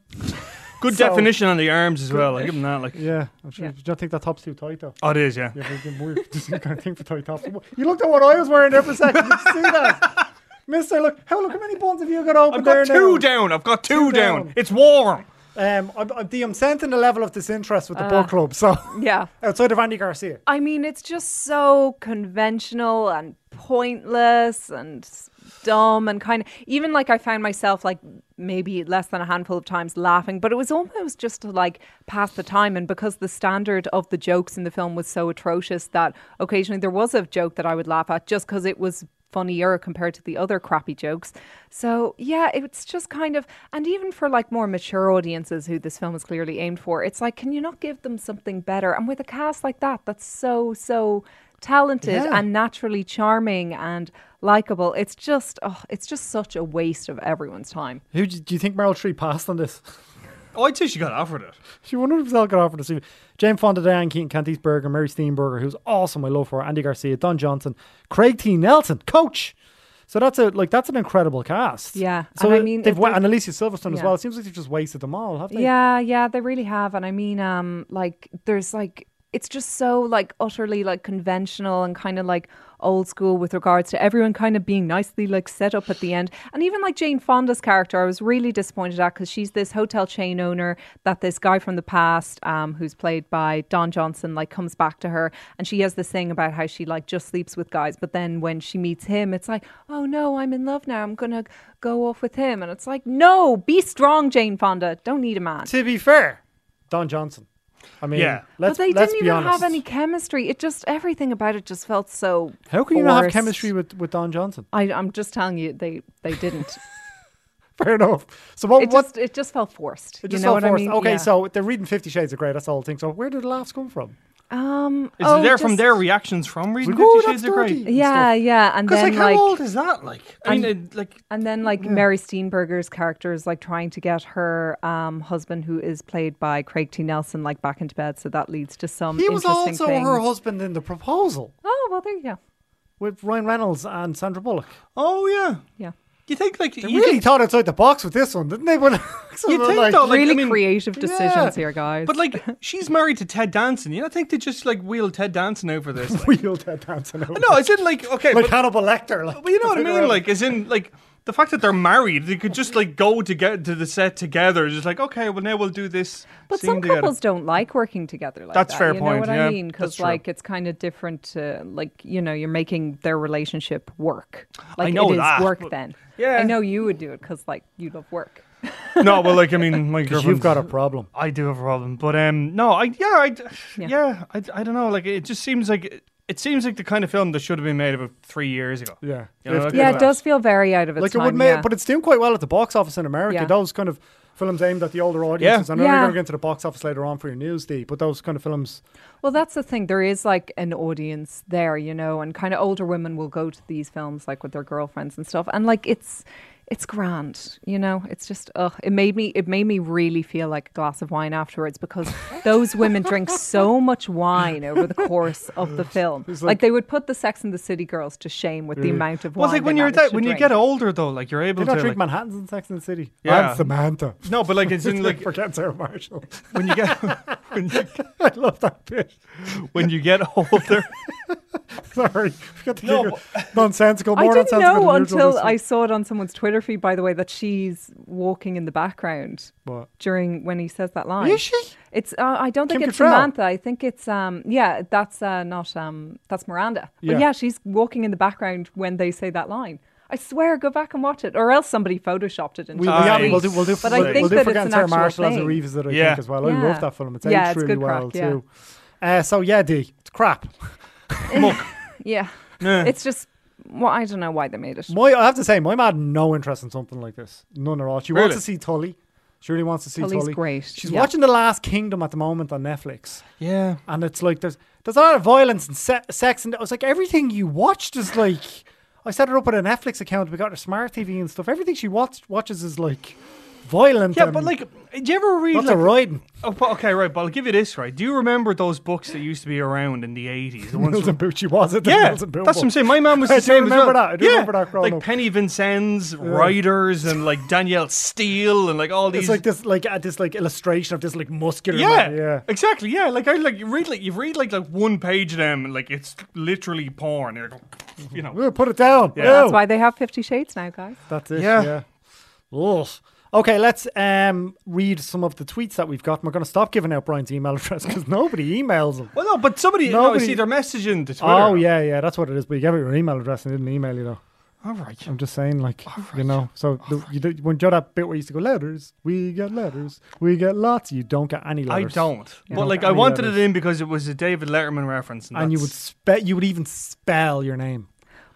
[SPEAKER 4] Good
[SPEAKER 3] So-
[SPEAKER 4] definition on the arms as well. I give him that. Like,
[SPEAKER 3] Yeah, I'm sure.
[SPEAKER 5] Yeah.
[SPEAKER 3] Do you think that top's too tight though?
[SPEAKER 4] oh, it is. Yeah.
[SPEAKER 3] Yeah, we've been weird. Just kind of thing for tight tops. You looked at what I was wearing there for a second. Did you see that? Mister, look, how look how many buns have you got open
[SPEAKER 4] I've got
[SPEAKER 3] there
[SPEAKER 4] two
[SPEAKER 3] now?
[SPEAKER 4] down. I've got two,
[SPEAKER 3] Two
[SPEAKER 4] down.
[SPEAKER 3] down.
[SPEAKER 4] It's warm.
[SPEAKER 3] um, I'm, I'm, the- I'm sensing the level of disinterest with the
[SPEAKER 4] Uh.
[SPEAKER 3] book club. So
[SPEAKER 5] Yeah.
[SPEAKER 3] outside of Andy Garcia,
[SPEAKER 5] I mean, it's just so conventional and pointless and dumb and kind of even like I found myself like maybe less than a handful of times laughing, but it was almost just to like pass the time. And because the standard of the jokes in the film was so atrocious that occasionally there was a joke that I would laugh at just because it was funnier compared to the other crappy jokes. So yeah, it's just kind of and even for like more mature audiences who this film is clearly aimed for, it's like can you not give them something better? And with a cast like that, that's so so talented
[SPEAKER 3] Yeah.
[SPEAKER 5] and naturally charming and likable. It's just oh, it's just such a waste of everyone's time.
[SPEAKER 3] Who do do you think Meryl Streep passed on this?
[SPEAKER 4] Oh, I'd say she got offered it.
[SPEAKER 3] She 100% got offered to see Jane Fonda, Diane Keaton, Candice Berger, Mary Steenburger, who's awesome. I love her. Andy Garcia, Don Johnson, Craig T. Nelson, coach. So that's a like that's an incredible cast.
[SPEAKER 5] Yeah,
[SPEAKER 3] So
[SPEAKER 5] and I mean,
[SPEAKER 3] they've
[SPEAKER 5] if
[SPEAKER 3] wa-
[SPEAKER 5] there's-
[SPEAKER 3] and Alicia Silverstone as
[SPEAKER 5] Yeah.
[SPEAKER 3] well. It seems like they've just wasted them all, haven't they?
[SPEAKER 5] Yeah, yeah, they really have. And I mean, um, like there's like it's just so like utterly like conventional and kind of like old school with regards to everyone kind of being nicely like set up at the end. And even like Jane Fonda's character, I was really disappointed at because she's this hotel chain owner that this guy from the past, um, who's played by Don Johnson, like comes back to her and she has this thing about how she like just sleeps with guys, but then when she meets him, it's like, oh no, I'm in love now. I'm gonna go off with him. And it's like, no, be strong, Jane Fonda. Don't need a man.
[SPEAKER 3] To be fair, Don Johnson. I mean,
[SPEAKER 4] Yeah.
[SPEAKER 3] let's,
[SPEAKER 5] but they
[SPEAKER 3] let's
[SPEAKER 5] didn't
[SPEAKER 3] be
[SPEAKER 5] even
[SPEAKER 3] honest.
[SPEAKER 5] have any chemistry. It just everything about it just felt so.
[SPEAKER 3] How can you not have
[SPEAKER 5] forced.
[SPEAKER 3] chemistry with, with Don Johnson?
[SPEAKER 5] I, I'm just telling you, they they didn't.
[SPEAKER 3] Fair enough. So what?
[SPEAKER 5] It
[SPEAKER 3] what
[SPEAKER 5] just it just felt forced.
[SPEAKER 3] it just
[SPEAKER 5] you know
[SPEAKER 3] felt
[SPEAKER 5] what
[SPEAKER 3] forced.
[SPEAKER 5] I mean?
[SPEAKER 3] Okay,
[SPEAKER 5] Yeah.
[SPEAKER 3] so they're reading Fifty Shades of Grey. That's the whole thing. So where do the laughs come from?
[SPEAKER 5] um,
[SPEAKER 4] Is
[SPEAKER 5] oh,
[SPEAKER 4] there from
[SPEAKER 5] just-
[SPEAKER 4] their reactions from reading
[SPEAKER 3] Like, "Oh,
[SPEAKER 4] Fifty Shades
[SPEAKER 3] that's
[SPEAKER 4] of
[SPEAKER 3] dirty."
[SPEAKER 4] Grey?
[SPEAKER 3] and
[SPEAKER 5] Yeah,
[SPEAKER 3] stuff?
[SPEAKER 5] yeah, and
[SPEAKER 4] Because
[SPEAKER 5] then
[SPEAKER 4] like,
[SPEAKER 5] like,
[SPEAKER 4] how old is that? Like, I mean, uh, like
[SPEAKER 5] and then like
[SPEAKER 3] Mm-hmm.
[SPEAKER 5] Mary Steenburger's character is like trying to get her um, husband, who is played by Craig T. Nelson, like back into bed. So that leads to some.
[SPEAKER 3] He was
[SPEAKER 5] interesting
[SPEAKER 3] also
[SPEAKER 5] things.
[SPEAKER 3] her husband in the proposal
[SPEAKER 5] Oh well, there you go.
[SPEAKER 3] with Ryan Reynolds and Sandra Bullock.
[SPEAKER 4] oh yeah.
[SPEAKER 5] Yeah.
[SPEAKER 4] You think like you
[SPEAKER 3] They really
[SPEAKER 4] think-
[SPEAKER 3] thought outside the box with this one, didn't they? But so
[SPEAKER 4] You
[SPEAKER 3] they're
[SPEAKER 4] think
[SPEAKER 3] Oh, like,
[SPEAKER 4] though, like-
[SPEAKER 5] really
[SPEAKER 4] I mean,
[SPEAKER 5] creative decisions
[SPEAKER 3] yeah.
[SPEAKER 5] here, guys.
[SPEAKER 4] But like, she's married to Ted Danson. You know, I think they just like wheel Ted Danson over this. Like,
[SPEAKER 3] wheeled that dancing over.
[SPEAKER 4] no, is it like okay?
[SPEAKER 3] like
[SPEAKER 4] but,
[SPEAKER 3] Hannibal Lecter. Like,
[SPEAKER 4] but you know what I mean? Like, as in like the fact that they're married, they could just like go to get to the set together. Just like okay, well now we'll do this.
[SPEAKER 5] But
[SPEAKER 4] scene
[SPEAKER 5] some
[SPEAKER 4] together.
[SPEAKER 5] couples don't like working together like
[SPEAKER 4] That's
[SPEAKER 5] that.
[SPEAKER 4] fair
[SPEAKER 5] you know
[SPEAKER 4] point,
[SPEAKER 5] what I
[SPEAKER 4] yeah.
[SPEAKER 5] mean?
[SPEAKER 4] That's
[SPEAKER 5] Because
[SPEAKER 4] true.
[SPEAKER 5] like it's kind of different to like you know you're making their relationship work. Like
[SPEAKER 4] know
[SPEAKER 5] it is
[SPEAKER 4] that,
[SPEAKER 5] work
[SPEAKER 4] but-
[SPEAKER 5] then.
[SPEAKER 4] Yeah.
[SPEAKER 5] I know you would do it because like you love work.
[SPEAKER 4] No, well, like I mean, my
[SPEAKER 3] because
[SPEAKER 4] girlfriend.
[SPEAKER 3] you've got a problem.
[SPEAKER 4] I do have a problem, but um, no, I yeah, I yeah,
[SPEAKER 5] Yeah.
[SPEAKER 4] I, I don't know. Like it just seems like it, seems like the kind of film that should have been made about three years ago.
[SPEAKER 3] Yeah,
[SPEAKER 4] You know,
[SPEAKER 3] If-
[SPEAKER 4] Yeah,
[SPEAKER 5] Yeah,
[SPEAKER 4] it
[SPEAKER 5] it does feel very out of its
[SPEAKER 3] like it
[SPEAKER 5] time.
[SPEAKER 3] would make, but it's doing quite well at the box office in America.
[SPEAKER 5] Yeah.
[SPEAKER 3] Those kind of films aimed at the older audiences. I know you're
[SPEAKER 5] Yeah.
[SPEAKER 3] going to get into the box office later on for your news, D. But those kind of films,
[SPEAKER 5] Well, that's the thing. There is like an audience there, you know, and kind of older women will go to these films like with their girlfriends and stuff, and like it's it's grand, you know. It's just ugh. It made me it made me really feel like a glass of wine afterwards because those women drink so much wine over the course of the film. Like,
[SPEAKER 3] like-
[SPEAKER 5] they would put the Sex and the City girls to shame with the amount of wine.
[SPEAKER 4] Well, it's like
[SPEAKER 5] they
[SPEAKER 4] when you're
[SPEAKER 5] managed
[SPEAKER 4] that,
[SPEAKER 5] to
[SPEAKER 4] when you
[SPEAKER 5] drink.
[SPEAKER 4] get older though, like you're able
[SPEAKER 3] they
[SPEAKER 4] to.
[SPEAKER 3] don't drink
[SPEAKER 4] like-
[SPEAKER 3] Manhattans in Sex and the City.
[SPEAKER 4] Yeah.
[SPEAKER 3] and Samantha.
[SPEAKER 4] no, but like it's in
[SPEAKER 3] Like,
[SPEAKER 4] like
[SPEAKER 3] forget Sarah Marshall.
[SPEAKER 4] when you get when you,
[SPEAKER 3] I love that bit.
[SPEAKER 4] when you get older.
[SPEAKER 3] Sorry, forget the
[SPEAKER 4] No,
[SPEAKER 3] no, nonsensical. More
[SPEAKER 5] I didn't
[SPEAKER 3] nonsensical
[SPEAKER 5] know
[SPEAKER 3] than usual
[SPEAKER 5] until
[SPEAKER 3] this
[SPEAKER 5] I
[SPEAKER 3] week.
[SPEAKER 5] saw it on someone's Twitter feed, by the way, that she's walking in the background
[SPEAKER 3] What?
[SPEAKER 5] during when he says that line.
[SPEAKER 3] Is she?
[SPEAKER 5] It's uh, I don't think
[SPEAKER 3] Kim
[SPEAKER 5] it's
[SPEAKER 3] Cattrall?
[SPEAKER 5] Samantha. I think it's um yeah that's uh, not um that's Miranda.
[SPEAKER 3] Yeah.
[SPEAKER 5] But yeah, she's walking in the background when they say that line. I swear, go back and watch it, or else somebody photoshopped it into.
[SPEAKER 3] We, we
[SPEAKER 5] the
[SPEAKER 3] have,
[SPEAKER 5] movie.
[SPEAKER 3] we'll do, we'll do,
[SPEAKER 5] But I
[SPEAKER 3] we'll,
[SPEAKER 5] think
[SPEAKER 3] we'll do
[SPEAKER 5] that it's
[SPEAKER 3] Forgetting
[SPEAKER 5] an
[SPEAKER 3] Sarah
[SPEAKER 5] actual
[SPEAKER 3] Marshall as a
[SPEAKER 5] thing.
[SPEAKER 3] revisit, I
[SPEAKER 4] Yeah.
[SPEAKER 3] think, as well. I
[SPEAKER 5] Yeah.
[SPEAKER 3] love that film. It's
[SPEAKER 5] Yeah,
[SPEAKER 3] aged
[SPEAKER 5] it's
[SPEAKER 3] really
[SPEAKER 5] good
[SPEAKER 3] well,
[SPEAKER 5] crack, yeah.
[SPEAKER 3] too. Uh, so, yeah, D, it's crap.
[SPEAKER 5] yeah, it's just well, I don't know why they made it.
[SPEAKER 3] My, I have to say, my mom had no interest in something like this. None at all. She
[SPEAKER 4] Really?
[SPEAKER 3] wants to see Tully. She really wants to see
[SPEAKER 5] Tully's
[SPEAKER 3] Tully.
[SPEAKER 5] great,
[SPEAKER 3] She's
[SPEAKER 5] yeah.
[SPEAKER 3] watching The Last Kingdom at the moment on Netflix.
[SPEAKER 4] yeah.
[SPEAKER 3] And it's like, there's there's a lot of violence and se- sex. And I was like, everything you watched is like. I set her up with a Netflix account. We got her smart TV and stuff. Everything she watched, watches is like violent.
[SPEAKER 4] Yeah,
[SPEAKER 3] and
[SPEAKER 4] but like, do you ever read
[SPEAKER 3] Lots
[SPEAKER 4] like,
[SPEAKER 3] of riding.
[SPEAKER 4] oh, but, okay, right? But I'll give you this, right? Do you remember those books that used to be around in the eighties? The ones
[SPEAKER 3] Milton Bucci was it?
[SPEAKER 4] Yeah,
[SPEAKER 3] Milton Bilbo.
[SPEAKER 4] that's what I'm saying. My man was
[SPEAKER 3] I
[SPEAKER 4] the
[SPEAKER 3] do
[SPEAKER 4] same as
[SPEAKER 3] remember
[SPEAKER 4] well.
[SPEAKER 3] that. I do
[SPEAKER 4] yeah.
[SPEAKER 3] remember that growing
[SPEAKER 4] Like
[SPEAKER 3] up.
[SPEAKER 4] Penny Vincennes, Riders, and like Danielle Steele, and like all these.
[SPEAKER 3] It's like this, like uh, this, like illustration of this, like muscular.
[SPEAKER 4] yeah,
[SPEAKER 3] man. yeah.
[SPEAKER 4] exactly. Yeah, like I like you read like you read like like one page of them, and like it's literally porn. You're like, you know,
[SPEAKER 3] We'll put it down.
[SPEAKER 4] Yeah.
[SPEAKER 3] Ew.
[SPEAKER 5] That's why they have Fifty Shades now, guys.
[SPEAKER 3] That's it.
[SPEAKER 4] Yeah.
[SPEAKER 3] Yeah. Ugh. Okay, let's um, read some of the tweets that we've got. And we're going to stop giving out Brian's email address because nobody emails him. Oh,
[SPEAKER 4] Well, no, but somebody. No,
[SPEAKER 3] Nobody-
[SPEAKER 4] see, they're messaging to Twitter.
[SPEAKER 3] Oh yeah, yeah, that's what it is. But you gave out your email address and didn't email you though.
[SPEAKER 4] All right.
[SPEAKER 3] I'm just saying, like, you know, so the, you, do- when you know that bit where you used to go, letters, we get letters, we get lots, you don't get any
[SPEAKER 4] I
[SPEAKER 3] letters.
[SPEAKER 4] don't.
[SPEAKER 3] You
[SPEAKER 4] But
[SPEAKER 3] don't
[SPEAKER 4] like
[SPEAKER 3] get
[SPEAKER 4] I
[SPEAKER 3] any
[SPEAKER 4] wanted
[SPEAKER 3] letters.
[SPEAKER 4] it in because it was a David Letterman reference. And,
[SPEAKER 3] And you would
[SPEAKER 4] that's-
[SPEAKER 3] spe- you would even spell your name.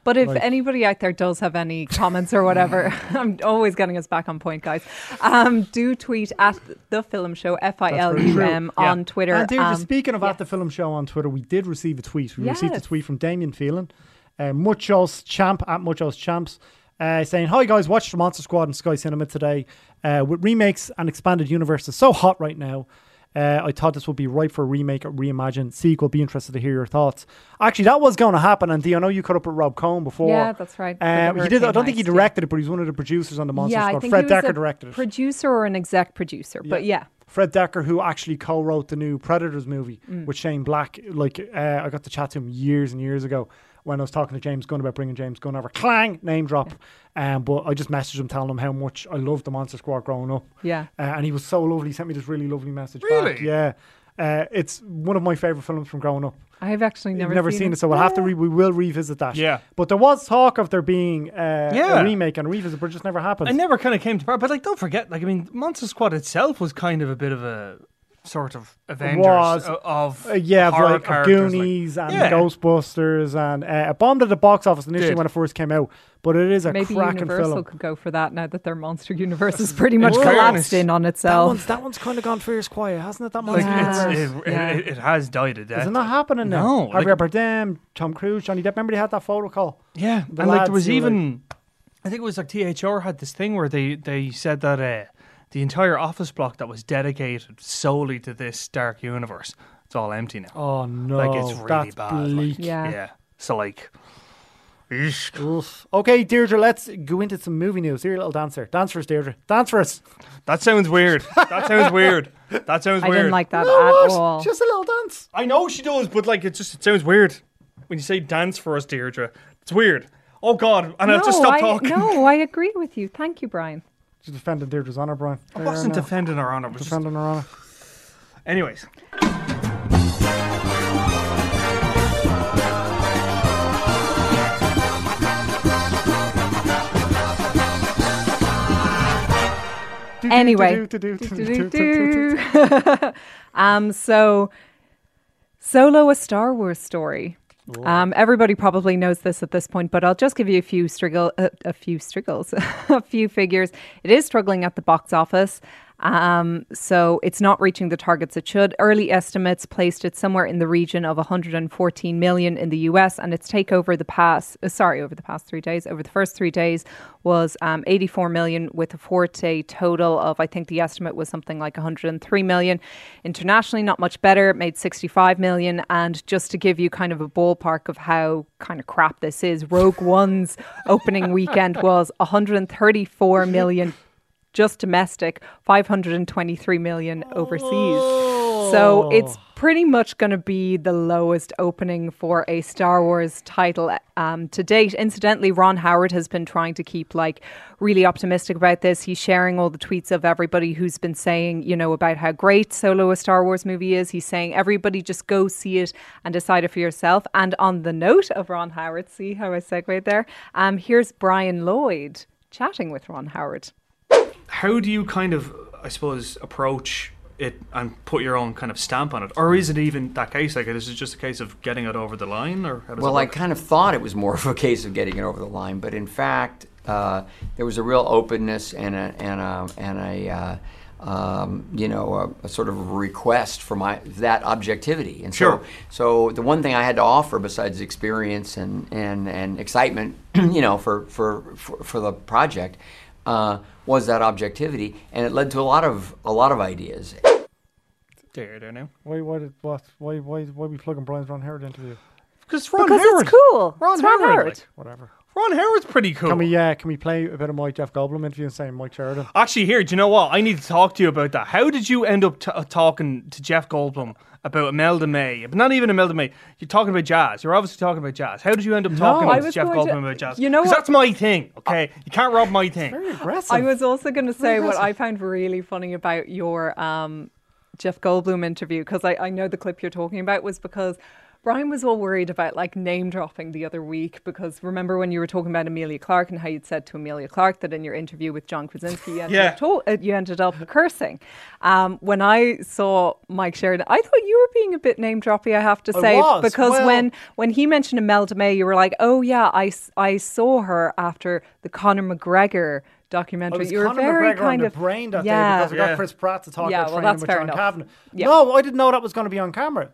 [SPEAKER 5] But if
[SPEAKER 3] Like-
[SPEAKER 5] anybody out there does have any comments or whatever, I'm always getting us back on point, guys. Um, do tweet at the film show F I L U M
[SPEAKER 4] Yeah.
[SPEAKER 5] on Twitter.
[SPEAKER 3] And dude,
[SPEAKER 5] Um,
[SPEAKER 3] speaking of at the film show on Twitter, we did receive a tweet. We received a
[SPEAKER 5] Yes.
[SPEAKER 3] tweet from Damien Phelan, uh, Muchos Champ at Muchos Champs, uh, saying, "Hi guys, watched Monster Squad in Sky Cinema today. Uh, with remakes and expanded universes so hot right now." Uh, I thought this would be right for a remake or reimagine sequel. Be interested to hear your thoughts. Actually, that was going to happen, and Dee, I know you caught up with Rob Cohn before.
[SPEAKER 5] Yeah, that's right, for
[SPEAKER 3] Um,
[SPEAKER 5] the
[SPEAKER 3] he did. I don't
[SPEAKER 5] Hurricane
[SPEAKER 3] think he
[SPEAKER 5] Heist, yeah.
[SPEAKER 3] directed it, but he's one of the producers on the Monster
[SPEAKER 5] yeah, I
[SPEAKER 3] Squad.
[SPEAKER 5] think
[SPEAKER 3] Fred
[SPEAKER 5] he was
[SPEAKER 3] Decker
[SPEAKER 5] a
[SPEAKER 3] directed it.
[SPEAKER 5] producer or an exec producer, but yeah.
[SPEAKER 3] Fred Decker, who actually co-wrote the new Predators movie with Shane Black, like uh, I got to chat to him years and years ago when I was talking to James Gunn about bringing James Gunn over. Clang name drop, um, but I just messaged him telling him how much I loved the Monster Squad growing up.
[SPEAKER 5] Yeah.
[SPEAKER 3] uh, and he was so lovely. He sent me this really lovely message. Back.
[SPEAKER 4] Really?
[SPEAKER 3] Yeah, uh, it's one of my favorite films from growing up.
[SPEAKER 5] I have actually never,
[SPEAKER 3] Never, never seen, it, so we'll have to re- we will revisit that.
[SPEAKER 4] Yeah.
[SPEAKER 3] but there was talk of there being uh,
[SPEAKER 4] Yeah.
[SPEAKER 3] a remake and a revisit, but it just never happened.
[SPEAKER 4] I never kind of came to part, but like, don't forget, like, I mean, Monster Squad itself was kind of a bit of a sort of Avengers
[SPEAKER 3] was.
[SPEAKER 4] o- of
[SPEAKER 3] Uh, yeah, of,
[SPEAKER 4] horror
[SPEAKER 3] like, of
[SPEAKER 4] characters, like-
[SPEAKER 3] Goonies and
[SPEAKER 4] Yeah.
[SPEAKER 3] Ghostbusters, and uh, it bombed at the box office initially
[SPEAKER 4] Did.
[SPEAKER 3] when it first came out, but it is a
[SPEAKER 5] Maybe
[SPEAKER 3] cracking
[SPEAKER 5] Universal
[SPEAKER 3] film.
[SPEAKER 5] could go for that now that their monster universe is pretty much
[SPEAKER 4] Well,
[SPEAKER 5] collapsed
[SPEAKER 4] fairness,
[SPEAKER 5] in on
[SPEAKER 3] That
[SPEAKER 5] itself.
[SPEAKER 3] one's, that one's kind of gone fierce quiet, hasn't it? That
[SPEAKER 4] Like,
[SPEAKER 3] monster
[SPEAKER 5] Yeah.
[SPEAKER 3] universe.
[SPEAKER 4] it's, it,
[SPEAKER 5] Yeah.
[SPEAKER 4] it, it has died a death.
[SPEAKER 3] Isn't that happening now?
[SPEAKER 4] No,
[SPEAKER 3] Javier
[SPEAKER 4] like-
[SPEAKER 3] Bardem, Tom Cruise, Johnny Depp. Remember they had that photo call?
[SPEAKER 4] Yeah,
[SPEAKER 3] The
[SPEAKER 4] and like
[SPEAKER 3] lads
[SPEAKER 4] there was
[SPEAKER 3] who, like-
[SPEAKER 4] even, I think it was like THR had this thing where they they said that uh, the entire office block that was dedicated solely to this dark universe, it's all empty now.
[SPEAKER 3] Oh no,
[SPEAKER 4] like it's really
[SPEAKER 3] that's
[SPEAKER 4] bad. like,
[SPEAKER 3] bleak.
[SPEAKER 5] Yeah.
[SPEAKER 4] So like, eesh.
[SPEAKER 3] Oof. Okay, Deirdre, let's go into some movie news. Here, little dancer, dance for us, Deirdre, dance for us.
[SPEAKER 4] that sounds weird. That sounds weird. That sounds
[SPEAKER 5] I
[SPEAKER 4] weird.
[SPEAKER 5] didn't like that
[SPEAKER 3] No,
[SPEAKER 5] at
[SPEAKER 3] what?
[SPEAKER 5] all.
[SPEAKER 3] Just a little dance.
[SPEAKER 4] I know she does, but like it just it sounds weird when you say dance for us, Deirdre. It's weird. Oh God, and I'll just stop
[SPEAKER 5] I,
[SPEAKER 4] talking.
[SPEAKER 5] No, I agree with you. Thank you, Brian.
[SPEAKER 3] She's defending Deirdre's honor, Brian.
[SPEAKER 4] I wasn't
[SPEAKER 3] Fair enough.
[SPEAKER 4] defending her honor. I was just-
[SPEAKER 3] defending her honor.
[SPEAKER 4] Anyways,
[SPEAKER 5] Anyway. um, so, Solo, a Star Wars story. Um, everybody probably knows this at this point, but I'll just give you a few striggle, uh, a few struggles, a few figures. It is struggling at the box office, um, so it's not reaching the targets it should. Early estimates placed it somewhere in the region of 114 million in the U.S., and its take over the past, uh, sorry, over the past three days, over the first three days was um, 84 million, with a four-day total of I think the estimate was something like 103 million. Internationally, not much better. It made 65 million, and just to give you kind of a ballpark of how kind of crap this is, Rogue One's opening weekend was 134 million just domestic, 523 million overseas. So it's pretty much going to be the lowest opening for a Star Wars title um, to date. Incidentally, Ron Howard has been trying to keep like really optimistic about this. He's sharing all the tweets of everybody who's been saying, you know, about how great Solo a Star Wars movie is. He's saying everybody just go see it and decide it for yourself. And on the note of Ron Howard, see how I segued there. Um, here's Brian Lloyd chatting with Ron Howard.
[SPEAKER 4] how do you kind of, I suppose, approach it and put your own kind of stamp on it, or is it even that case? Like, this is just a case of getting it over the line, or how does
[SPEAKER 6] Well,
[SPEAKER 4] it
[SPEAKER 6] I
[SPEAKER 4] work?
[SPEAKER 6] kind of thought it was more of a case of getting it over the line, but in fact, uh, there was a real openness and a and a and a uh, um, you know a, a sort of request for my that objectivity. And
[SPEAKER 4] Sure.
[SPEAKER 6] so, so the one thing I had to offer besides experience and and and excitement, you know, for for for, for the project. Uh, was that objectivity, and it led to a lot of a lot of ideas.
[SPEAKER 4] there, there now.
[SPEAKER 3] Why, why, did, what, why, why, why are we plugging Brian's Ron Howard interview?
[SPEAKER 4] Because Ron
[SPEAKER 5] Because
[SPEAKER 4] Howard,
[SPEAKER 5] it's cool.
[SPEAKER 4] Ron
[SPEAKER 5] It's Ron
[SPEAKER 4] Howard.
[SPEAKER 5] Howard.
[SPEAKER 4] like,
[SPEAKER 3] Whatever.
[SPEAKER 4] Ron Howard's pretty cool.
[SPEAKER 3] Can we, uh, can we play a bit of my Jeff Goldblum interview and say Mike Sheridan?
[SPEAKER 4] Actually, here, do you know what? I need to talk to you about that. How did you end up t- uh, talking to Jeff Goldblum about Imelda May? But not even Imelda May. You're talking about jazz. You're obviously talking about jazz. How did you end up talking
[SPEAKER 5] I
[SPEAKER 4] to
[SPEAKER 5] was
[SPEAKER 4] Jeff
[SPEAKER 5] going
[SPEAKER 4] Goldblum
[SPEAKER 5] to-
[SPEAKER 4] about jazz?
[SPEAKER 5] you know
[SPEAKER 4] 'Cause
[SPEAKER 5] what-
[SPEAKER 4] that's my thing. Okay, you can't rob my thing.
[SPEAKER 3] Very aggressive.
[SPEAKER 5] I was also going to say what I found really funny about your um, Jeff Goldblum interview because I, I know the clip you're talking about was because Brian was all worried about like name dropping the other week because remember when you were talking about Amelia Clark and how you'd said to Amelia Clark that in your interview with John Krasinski you ended,
[SPEAKER 4] Yeah.
[SPEAKER 5] up, to- uh, you ended up cursing. Um, when I saw Mike Sheridan, I thought you were being a bit name droppy. I have to
[SPEAKER 3] I
[SPEAKER 5] say
[SPEAKER 3] was,
[SPEAKER 5] because
[SPEAKER 3] well-
[SPEAKER 5] when when he mentioned Imelda May, you were like, oh yeah, I, s- I saw her after the Conor McGregor
[SPEAKER 3] Oh,
[SPEAKER 5] documentary.
[SPEAKER 3] was
[SPEAKER 5] you were
[SPEAKER 3] Conor
[SPEAKER 5] very
[SPEAKER 3] McGregor
[SPEAKER 5] kind
[SPEAKER 3] on
[SPEAKER 5] of
[SPEAKER 3] the brain that
[SPEAKER 5] yeah.
[SPEAKER 3] day because I got
[SPEAKER 4] Yeah.
[SPEAKER 3] Chris Pratt to talk
[SPEAKER 5] Yeah,
[SPEAKER 3] about
[SPEAKER 5] well,
[SPEAKER 3] training
[SPEAKER 5] that's
[SPEAKER 3] with
[SPEAKER 5] fair
[SPEAKER 3] John
[SPEAKER 5] enough.
[SPEAKER 3] Kavanagh.
[SPEAKER 5] Yeah.
[SPEAKER 3] No, I didn't know that was going to be on camera.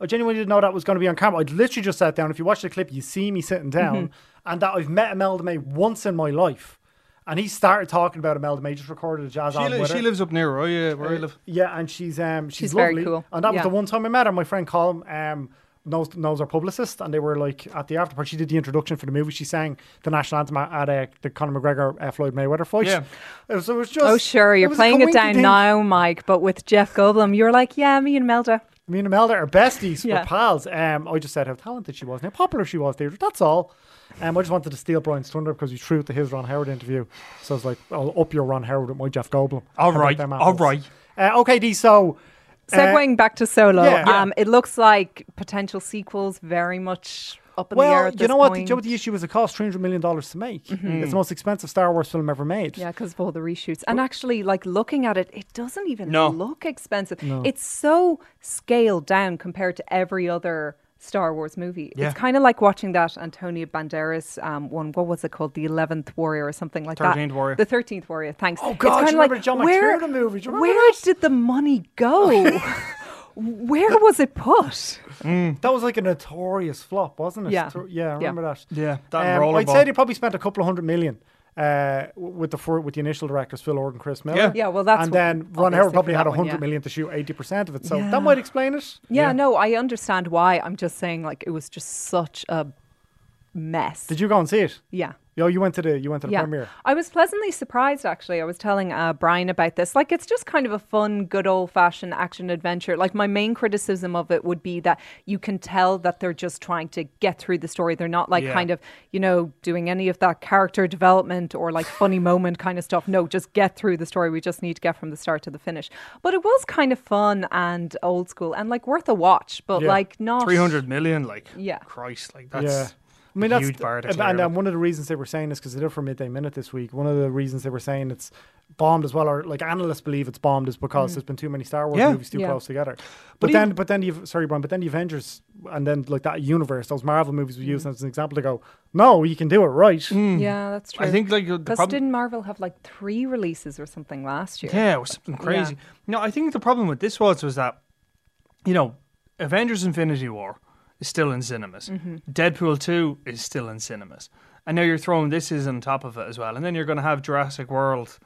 [SPEAKER 3] I genuinely didn't know that was going to be on camera. I literally just sat down. If you watch the clip, you see me sitting
[SPEAKER 5] Mm-hmm.
[SPEAKER 3] down, and that I've met Imelda May once in my life, and he started talking about Imelda May. Just recorded a jazz
[SPEAKER 4] She,
[SPEAKER 3] album.
[SPEAKER 4] li-
[SPEAKER 3] with
[SPEAKER 4] she
[SPEAKER 3] her.
[SPEAKER 4] lives up near where I, uh, where I live.
[SPEAKER 3] Yeah, and she's um she's,
[SPEAKER 5] She's very
[SPEAKER 3] lovely.
[SPEAKER 5] cool.
[SPEAKER 3] And that was
[SPEAKER 5] Yeah.
[SPEAKER 3] the one time I met her. My friend Colin um knows knows our publicist, and they were like at the after party. She did the introduction for the movie. She sang the national anthem at uh, the Conor McGregor uh, Floyd Mayweather fight.
[SPEAKER 4] Yeah.
[SPEAKER 3] It was, it was just.
[SPEAKER 5] Oh, sure. You're
[SPEAKER 3] was a
[SPEAKER 5] playing it down
[SPEAKER 3] coinkydink.
[SPEAKER 5] now, Mike, but with Jeff Goldblum, you're like, yeah, me and Melda.
[SPEAKER 3] Me and Imelda are besties.
[SPEAKER 5] Yeah.
[SPEAKER 3] We're pals. Um, I just said how talented she was and how popular she was, Deirdre. That's all. Um, I just wanted to steal Brian's thunder because he's true to his Ron Howard interview. So I was like, I'll up your Ron Howard with my Jeff Goldblum. How
[SPEAKER 4] All
[SPEAKER 3] about
[SPEAKER 4] right,
[SPEAKER 3] them
[SPEAKER 4] all
[SPEAKER 3] apples?
[SPEAKER 4] right.
[SPEAKER 3] Uh, okay, D. So. uh,
[SPEAKER 5] Segueing back to Solo,
[SPEAKER 3] yeah. Yeah.
[SPEAKER 5] um, it looks like potential sequels very much up in the air.
[SPEAKER 3] Well,
[SPEAKER 5] At
[SPEAKER 3] you
[SPEAKER 5] this
[SPEAKER 3] know what? The,
[SPEAKER 5] Point. Mm-hmm.
[SPEAKER 3] you know what the issue is? It costs three hundred million dollars to make. It's the most expensive Star Wars film ever made.
[SPEAKER 5] yeah, because of all the reshoots. And actually, like looking at it, it doesn't even
[SPEAKER 4] No.
[SPEAKER 5] look expensive. It's so scaled down compared to every other Star Wars movie.
[SPEAKER 4] Yeah.
[SPEAKER 5] It's kind of like watching that Antonio Banderas um, one. What was it called? The Eleventh Warrior or something like that.
[SPEAKER 4] 13th Warrior.
[SPEAKER 5] The Thirteenth Warrior. Thanks.
[SPEAKER 3] Oh,
[SPEAKER 5] It's
[SPEAKER 3] God,
[SPEAKER 5] kinda
[SPEAKER 3] you
[SPEAKER 5] like,
[SPEAKER 3] remember John
[SPEAKER 5] where,
[SPEAKER 3] McTiernan movie? Do you remember
[SPEAKER 5] where
[SPEAKER 3] that?
[SPEAKER 5] did the money go? where was it put?
[SPEAKER 3] That was like a notorious flop, wasn't it?
[SPEAKER 5] Yeah.
[SPEAKER 3] Thro- yeah, I
[SPEAKER 5] Yeah.
[SPEAKER 3] remember that. Um,
[SPEAKER 4] Yeah, that and
[SPEAKER 3] I'd
[SPEAKER 4] Rollerball.
[SPEAKER 3] say they probably spent a couple of hundred million. Uh, w- with the fir- with the initial directors Phil Lord and Chris Miller,
[SPEAKER 4] Yeah.
[SPEAKER 5] Yeah, well, that's
[SPEAKER 3] and
[SPEAKER 5] what-
[SPEAKER 3] then Ron
[SPEAKER 5] obviously
[SPEAKER 3] Howard probably
[SPEAKER 5] for
[SPEAKER 3] had
[SPEAKER 5] that
[SPEAKER 3] a
[SPEAKER 5] one,
[SPEAKER 3] hundred million
[SPEAKER 5] yeah.
[SPEAKER 3] to shoot eighty percent of it, so
[SPEAKER 5] Yeah.
[SPEAKER 3] that might explain it.
[SPEAKER 5] Yeah,
[SPEAKER 4] Yeah.
[SPEAKER 5] no, I understand why. I'm just saying, like, it was just such a mess.
[SPEAKER 3] Did you go and see it?
[SPEAKER 5] Yeah.
[SPEAKER 3] Yo, you went to the you went to the
[SPEAKER 5] Yeah.
[SPEAKER 3] premiere.
[SPEAKER 5] I was pleasantly surprised, actually. I was telling uh, Brian about this. Like, it's just kind of a fun, good old fashioned action adventure. Like, my main criticism of it would be that you can tell that they're just trying to get through the story. They're not, like,
[SPEAKER 4] Yeah.
[SPEAKER 5] kind of, you know, doing any of that character development or, like, funny moment kind of stuff. No, just get through the story. We just need to get from the start to the finish. But it was kind of fun and old school and, like, worth a watch, but,
[SPEAKER 3] Yeah.
[SPEAKER 5] like, not.
[SPEAKER 4] 300 million, like,
[SPEAKER 5] Yeah.
[SPEAKER 4] Christ, like, that's
[SPEAKER 3] Yeah. I
[SPEAKER 4] a
[SPEAKER 3] mean, that's
[SPEAKER 4] huge bar to
[SPEAKER 3] and-
[SPEAKER 4] clear.
[SPEAKER 3] and um, one of the reasons they were saying this because they did for midday minute this week. One of the reasons they were saying it's bombed as well, or like analysts believe it's bombed, is because there's been too many Star Wars
[SPEAKER 4] Yeah.
[SPEAKER 3] movies too
[SPEAKER 5] Mm. Yeah.
[SPEAKER 3] close together. But, then, but then the sorry, Brian, but then the Avengers and then like that universe, those Marvel movies we used
[SPEAKER 5] Mm.
[SPEAKER 3] as an example to go, no, you can do it right.
[SPEAKER 4] Mm.
[SPEAKER 5] Yeah, that's true.
[SPEAKER 4] I think, like, the
[SPEAKER 5] Because
[SPEAKER 4] problem.
[SPEAKER 5] didn't Marvel have like three releases or something last year?
[SPEAKER 4] Yeah, or something crazy. No, I think the problem with this was was that, you know, Avengers: Infinity War is still in cinemas.
[SPEAKER 5] Mm-hmm.
[SPEAKER 4] Deadpool Two is still in cinemas, and now you're throwing this is on top of it as well, and then you're going to have Jurassic World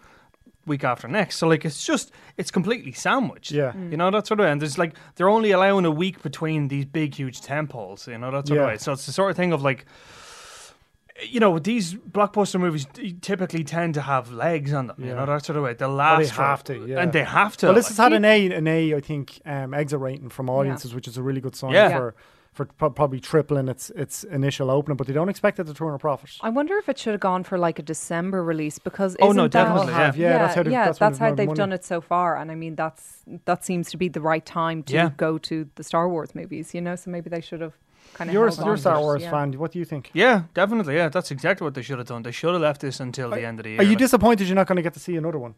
[SPEAKER 4] week after next. So like, it's just it's completely sandwiched.
[SPEAKER 3] Yeah.
[SPEAKER 5] Mm.
[SPEAKER 4] you know that sort of. And there's like they're only allowing a week between these big huge temples. You know that sort
[SPEAKER 3] Yeah.
[SPEAKER 4] of way. So it's the sort of thing of like you know, these blockbuster movies t- typically tend to have legs on them. You know, that sort of way. The last
[SPEAKER 3] they have to, yeah.
[SPEAKER 4] and they have to.
[SPEAKER 3] Well, this
[SPEAKER 4] like-
[SPEAKER 3] has had an A, an A, I think, um, exit rating from audiences, which is a really good sign
[SPEAKER 4] Yeah. Yeah.
[SPEAKER 3] for for pro- probably tripling its its initial opening. But they don't expect it to turn a profit.
[SPEAKER 5] I wonder if it should have gone for like a December release because
[SPEAKER 4] Oh,
[SPEAKER 5] isn't
[SPEAKER 4] no,
[SPEAKER 5] that-
[SPEAKER 4] definitely, yeah.
[SPEAKER 3] Yeah, that's how they've-
[SPEAKER 5] yeah,
[SPEAKER 3] that's what
[SPEAKER 5] that's
[SPEAKER 3] they've
[SPEAKER 5] how
[SPEAKER 3] made
[SPEAKER 5] they've
[SPEAKER 3] money.
[SPEAKER 5] done it so far, and I mean that's that seems to be the right time to
[SPEAKER 4] Yeah.
[SPEAKER 5] go to the Star Wars movies, you know. So maybe they should have kind of.
[SPEAKER 3] You're
[SPEAKER 5] held
[SPEAKER 3] a, you're
[SPEAKER 5] on
[SPEAKER 3] a Star
[SPEAKER 5] to it,
[SPEAKER 3] Wars
[SPEAKER 5] yeah.
[SPEAKER 3] fan. What do you think?
[SPEAKER 4] yeah, definitely. Yeah, that's exactly what they should have done. They should have left this until the end of the year.
[SPEAKER 3] Are you
[SPEAKER 4] like-
[SPEAKER 3] disappointed you're not going to get to see another one?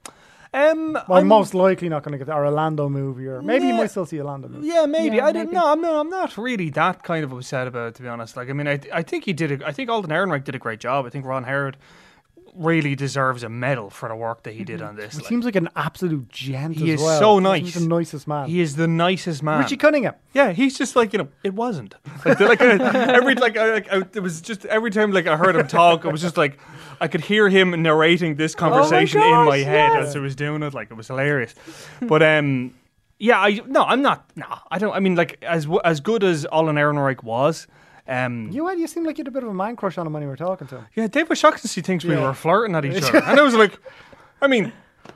[SPEAKER 4] Um,
[SPEAKER 3] Well,
[SPEAKER 4] I'm-
[SPEAKER 3] most likely not going to get our Orlando movie, or maybe you
[SPEAKER 4] Yeah.
[SPEAKER 3] might still see a Orlando movie.
[SPEAKER 4] Yeah, maybe.
[SPEAKER 5] Yeah,
[SPEAKER 4] I didn't
[SPEAKER 5] maybe.
[SPEAKER 4] know. I'm not, I'm not really that kind of upset about it, to be honest. Like, I mean, I, I think he did. A, I think Alden Ehrenreich did a great job. I think Ron Howard really deserves a medal for the work that he did on this.
[SPEAKER 3] He
[SPEAKER 4] like.
[SPEAKER 3] Mm-hmm. seems like an absolute gent.
[SPEAKER 4] He
[SPEAKER 3] as
[SPEAKER 4] is
[SPEAKER 3] well.
[SPEAKER 4] so
[SPEAKER 3] He's
[SPEAKER 4] nice.
[SPEAKER 3] the nicest man.
[SPEAKER 4] he is the nicest man.
[SPEAKER 3] Richie Cunningham.
[SPEAKER 4] Yeah, he's just like you know, it wasn't. Like, they're like uh, every like, I, like I, it was just every time like I heard him talk, I was just like I could hear him narrating this conversation in my
[SPEAKER 5] gosh,
[SPEAKER 4] head
[SPEAKER 5] yes.
[SPEAKER 4] as he was doing it. Like it was hilarious. But um, yeah, I no, I'm not. No, I don't. I mean, like as w- as good as Alan Ehrenreich was, um,
[SPEAKER 3] You had- you seem like you had a bit of a man crush on him when you were talking to him.
[SPEAKER 4] yeah, Dave was shocked to see things we
[SPEAKER 3] Yeah.
[SPEAKER 4] were flirting at each other, and I was like, I mean,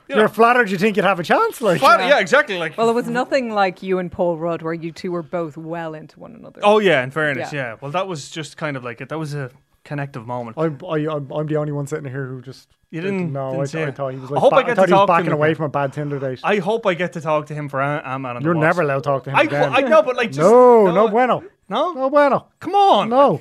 [SPEAKER 3] You're flattered. You think you'd have a chance, like
[SPEAKER 4] flat- yeah, exactly. Like,
[SPEAKER 5] Well, it was nothing like you and Paul Rudd, where you two were both well into one another.
[SPEAKER 4] oh yeah, in fairness,
[SPEAKER 5] Yeah.
[SPEAKER 4] yeah. Well, that was just kind of like it. That was a connective moment.
[SPEAKER 3] I'm, I, I'm, I'm the only one sitting here who just
[SPEAKER 4] You didn't-
[SPEAKER 3] No,
[SPEAKER 4] didn't
[SPEAKER 3] I,
[SPEAKER 4] see
[SPEAKER 3] I
[SPEAKER 4] it.
[SPEAKER 3] thought he was.
[SPEAKER 4] I
[SPEAKER 3] Like,
[SPEAKER 4] hope I
[SPEAKER 3] back-
[SPEAKER 4] get to
[SPEAKER 3] thought he
[SPEAKER 4] talk
[SPEAKER 3] was
[SPEAKER 4] to him
[SPEAKER 3] backing away
[SPEAKER 4] again.
[SPEAKER 3] from a bad Tinder date.
[SPEAKER 4] I hope I get to talk to him for Am- Ant-Man and the
[SPEAKER 3] You're
[SPEAKER 4] Wasp.
[SPEAKER 3] never allowed to talk to him
[SPEAKER 4] I,
[SPEAKER 3] again.
[SPEAKER 4] I know, but like, just,
[SPEAKER 3] no, no bueno.
[SPEAKER 4] No?
[SPEAKER 3] No bueno.
[SPEAKER 4] Come on.
[SPEAKER 3] No.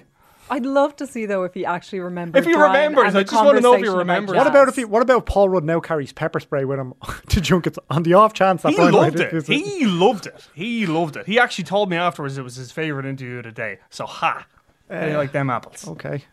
[SPEAKER 5] I'd love to see though if he actually remembers.
[SPEAKER 4] If he remembers, I just wanna
[SPEAKER 5] want
[SPEAKER 4] know if he remembers.
[SPEAKER 3] What about if he, what about if Paul Rudd now carries pepper spray with him to junkets on the off chance that
[SPEAKER 4] He
[SPEAKER 3] Brian
[SPEAKER 4] loved
[SPEAKER 3] White
[SPEAKER 4] it.
[SPEAKER 3] is-
[SPEAKER 4] He loved it. He loved it. He actually told me afterwards it was his favorite interview of the day. So ha. How
[SPEAKER 3] Eh.
[SPEAKER 4] do you like them apples?
[SPEAKER 3] Okay.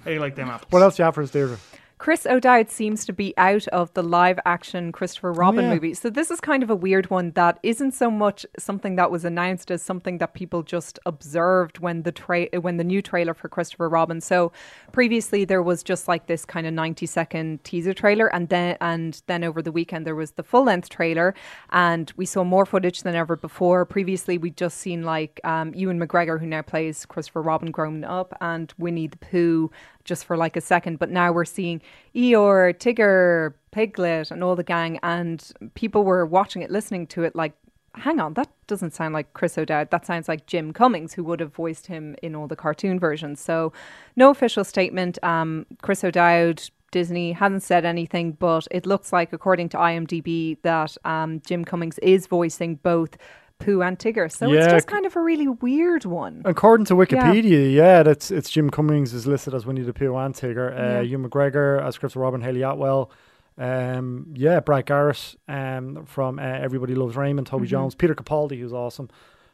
[SPEAKER 4] How do you like them apples?
[SPEAKER 3] What else do you have for us, Deirdre?
[SPEAKER 5] Chris O'Dowd seems to be out of the live action Christopher Robin
[SPEAKER 3] yeah.
[SPEAKER 5] movie. So this is kind of a weird one that isn't so much something that was announced as something that people just observed when the tra- when the new trailer for Christopher Robin. So previously there was just like this kind of 90 second teaser trailer and then and then over the weekend there was the full length trailer and we saw more footage than ever before. Previously we'd just seen like um, Ewan McGregor who now plays Christopher Robin grown up and Winnie the Pooh just for like a second, but now we're seeing Eeyore, Tigger, Piglet, and all the gang, and people were watching it, listening to it, like, hang on, that doesn't sound like Chris O'Dowd. That sounds like Jim Cummings, who would have voiced him in all the cartoon versions. So, no official statement. Um, Chris O'Dowd. Disney hasn't said anything, but it looks like, according to IMDb, that um, Jim Cummings is voicing both Pooh and Tigger. So
[SPEAKER 3] Yeah.
[SPEAKER 5] it's just kind of a really weird one.
[SPEAKER 3] According to Wikipedia, yeah, that's it's Jim Cummings is listed as Winnie the Pooh and Tigger. Uh, Hugh McGregor as Christopher Robin, Haley Atwell. Um, yeah, Brad Garrett um, from uh, Everybody Loves Raymond,
[SPEAKER 4] Mm-hmm.
[SPEAKER 3] Toby Jones, Peter Capaldi, who's awesome.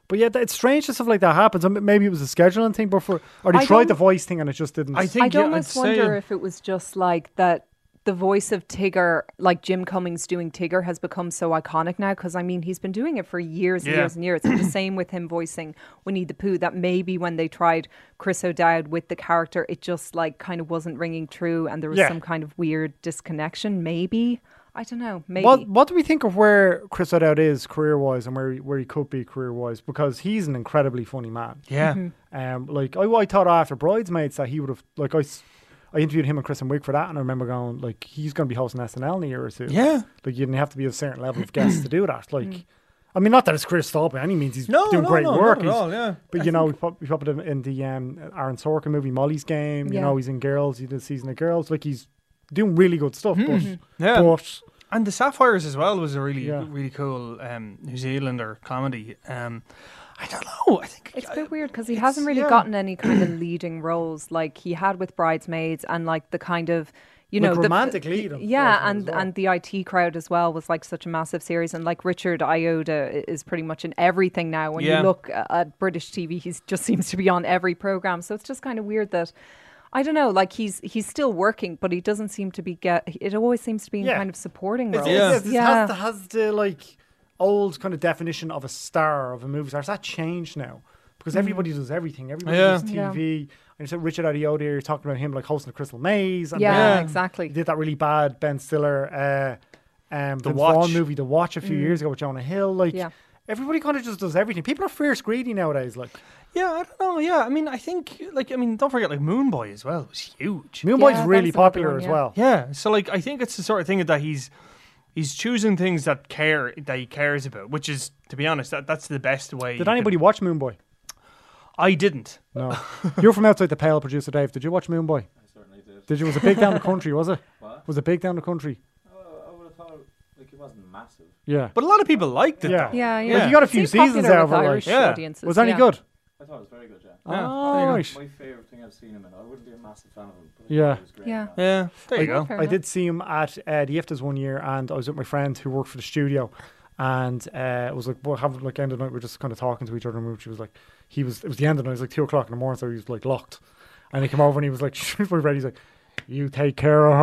[SPEAKER 3] But yeah, th- it's strange that stuff like that happens. I mean, maybe it was a scheduling thing, but for or they
[SPEAKER 5] I
[SPEAKER 3] tried
[SPEAKER 5] don't-
[SPEAKER 3] the voice thing and it just didn't.
[SPEAKER 4] I think
[SPEAKER 5] I'd
[SPEAKER 4] yeah,
[SPEAKER 5] almost
[SPEAKER 4] I'd
[SPEAKER 5] wonder
[SPEAKER 4] say,
[SPEAKER 5] if it was just like that the voice of Tigger, like Jim Cummings doing Tigger, has become so iconic now because I mean, he's been doing it for years and
[SPEAKER 4] Yeah.
[SPEAKER 5] years and years. It's the same with him voicing Winnie the Pooh that maybe when they tried Chris O'Dowd with the character, it just like kind of wasn't ringing true and there was
[SPEAKER 3] Yeah.
[SPEAKER 5] some kind of weird disconnection, maybe. I don't know. Maybe.
[SPEAKER 3] What What do we think of where Chris O'Dowd is career wise and where he, where he could be career wise? Because he's an incredibly funny man.
[SPEAKER 4] yeah.
[SPEAKER 5] Mm-hmm.
[SPEAKER 3] Um, like I, I thought after Bridesmaids that he would have like I, s- I interviewed him and Chris and Wick for that, and I remember going like he's going to be hosting SNL in a year or two.
[SPEAKER 4] Yeah. Mm.
[SPEAKER 3] like you have to be a certain level of guest to do that. Like, I mean, not that it's Chris Stahl by any means. He's
[SPEAKER 4] No,
[SPEAKER 3] doing
[SPEAKER 4] no,
[SPEAKER 3] great
[SPEAKER 4] no, not
[SPEAKER 3] work.
[SPEAKER 4] at
[SPEAKER 3] He's-
[SPEAKER 4] all, yeah.
[SPEAKER 3] but you know, we put, we put him in the um, Aaron Sorkin movie Molly's Game. You
[SPEAKER 5] Yeah.
[SPEAKER 3] know, he's in Girls. He did season of Girls. Like he's doing really good stuff. But,
[SPEAKER 4] Hmm. Yeah.
[SPEAKER 3] but
[SPEAKER 4] And the Sapphires as well was a really,
[SPEAKER 3] Yeah.
[SPEAKER 4] really cool um, New Zealander comedy. Um, I don't know. I think
[SPEAKER 5] It's a
[SPEAKER 4] I-
[SPEAKER 5] bit weird because he hasn't really
[SPEAKER 4] yeah.
[SPEAKER 5] gotten any kind of leading roles like he had with Bridesmaids and like the kind of you
[SPEAKER 3] Like
[SPEAKER 5] know the-
[SPEAKER 3] romantic lead on Bridesmaids
[SPEAKER 5] yeah, and
[SPEAKER 3] as well.
[SPEAKER 5] and the IT crowd as well was like such a massive series, and like Richard Iota i- is pretty much in everything now. When
[SPEAKER 4] Yeah.
[SPEAKER 5] you look a- at British TV, he just seems to be on every program. So it's just kind of weird that. I don't know. Like he's he's still working, but he doesn't seem to be get. It always seems to be in
[SPEAKER 3] Yeah.
[SPEAKER 5] kind of supporting
[SPEAKER 3] It's,
[SPEAKER 5] roles.
[SPEAKER 4] Yeah.
[SPEAKER 3] it's- it's- Has, the, has the like old kind of definition of a star of a movie star. Has that changed now? Because everybody does everything. Everybody
[SPEAKER 4] Yeah.
[SPEAKER 3] does
[SPEAKER 5] Mm-hmm. Yeah.
[SPEAKER 3] TV. And you said Richard Ayoade, you're talking about him like hosting the Crystal Maze. And
[SPEAKER 5] Yeah,
[SPEAKER 3] then
[SPEAKER 5] exactly.
[SPEAKER 3] He did that really bad Ben Stiller, uh, um, the
[SPEAKER 4] Watch.
[SPEAKER 3] Watch movie, The Watch, a few years ago with Jonah Hill. Like
[SPEAKER 5] Mm. Yeah.
[SPEAKER 3] everybody kind of just does everything. People are fierce greedy nowadays. Like
[SPEAKER 4] Yeah, I don't know. Yeah, I mean, I think like I mean, don't forget like Moon Boy as well was huge.
[SPEAKER 3] Moonboy's
[SPEAKER 5] that's
[SPEAKER 3] really
[SPEAKER 5] another one,
[SPEAKER 3] popular as
[SPEAKER 5] yeah.
[SPEAKER 3] well.
[SPEAKER 4] Yeah, so like I think it's the sort of thing that he's he's choosing things that care that he cares about, which is to be honest, that that's the best way. you
[SPEAKER 3] Did
[SPEAKER 4] can-
[SPEAKER 3] anybody watch Moonboy?
[SPEAKER 4] I didn't.
[SPEAKER 3] No. You're from outside the pale, producer Dave. Did you watch Moonboy?
[SPEAKER 1] certainly did.
[SPEAKER 3] Did you? Was it big down the country? Was it?
[SPEAKER 1] What?
[SPEAKER 3] Was it big down the country?
[SPEAKER 1] I would have thought like it wasn't massive.
[SPEAKER 3] Yeah.
[SPEAKER 4] But a lot of people liked it.
[SPEAKER 3] Yeah.
[SPEAKER 4] though.
[SPEAKER 5] yeah, yeah.
[SPEAKER 4] Like, you
[SPEAKER 3] got a
[SPEAKER 5] It
[SPEAKER 3] few
[SPEAKER 5] seemed
[SPEAKER 3] seasons
[SPEAKER 5] popular
[SPEAKER 3] out of
[SPEAKER 5] with
[SPEAKER 3] it, like-
[SPEAKER 5] Irish
[SPEAKER 4] Yeah.
[SPEAKER 5] audiences.
[SPEAKER 3] was that any
[SPEAKER 5] yeah.
[SPEAKER 3] good?
[SPEAKER 1] I thought it was very good, yeah.
[SPEAKER 4] Yeah,
[SPEAKER 3] Oh,
[SPEAKER 4] there you go.
[SPEAKER 3] right.
[SPEAKER 1] My favourite thing I've seen him in. I wouldn't be a massive fan of him, but I
[SPEAKER 3] Yeah.
[SPEAKER 1] thought he was great.
[SPEAKER 5] Yeah.
[SPEAKER 1] in that.
[SPEAKER 4] Yeah, there you go.
[SPEAKER 5] Fair
[SPEAKER 3] I
[SPEAKER 5] enough.
[SPEAKER 3] did see him at uh, the IFTAs one year, and I was with my friend who worked for the studio, and uh, it was like, well, having like end of the night, we were just kind of talking to each other, and she was like, he was, it was the end of the night, it was like two o'clock in the morning, so he was like locked, and he came over and he was like, my friend, he's like, you take care of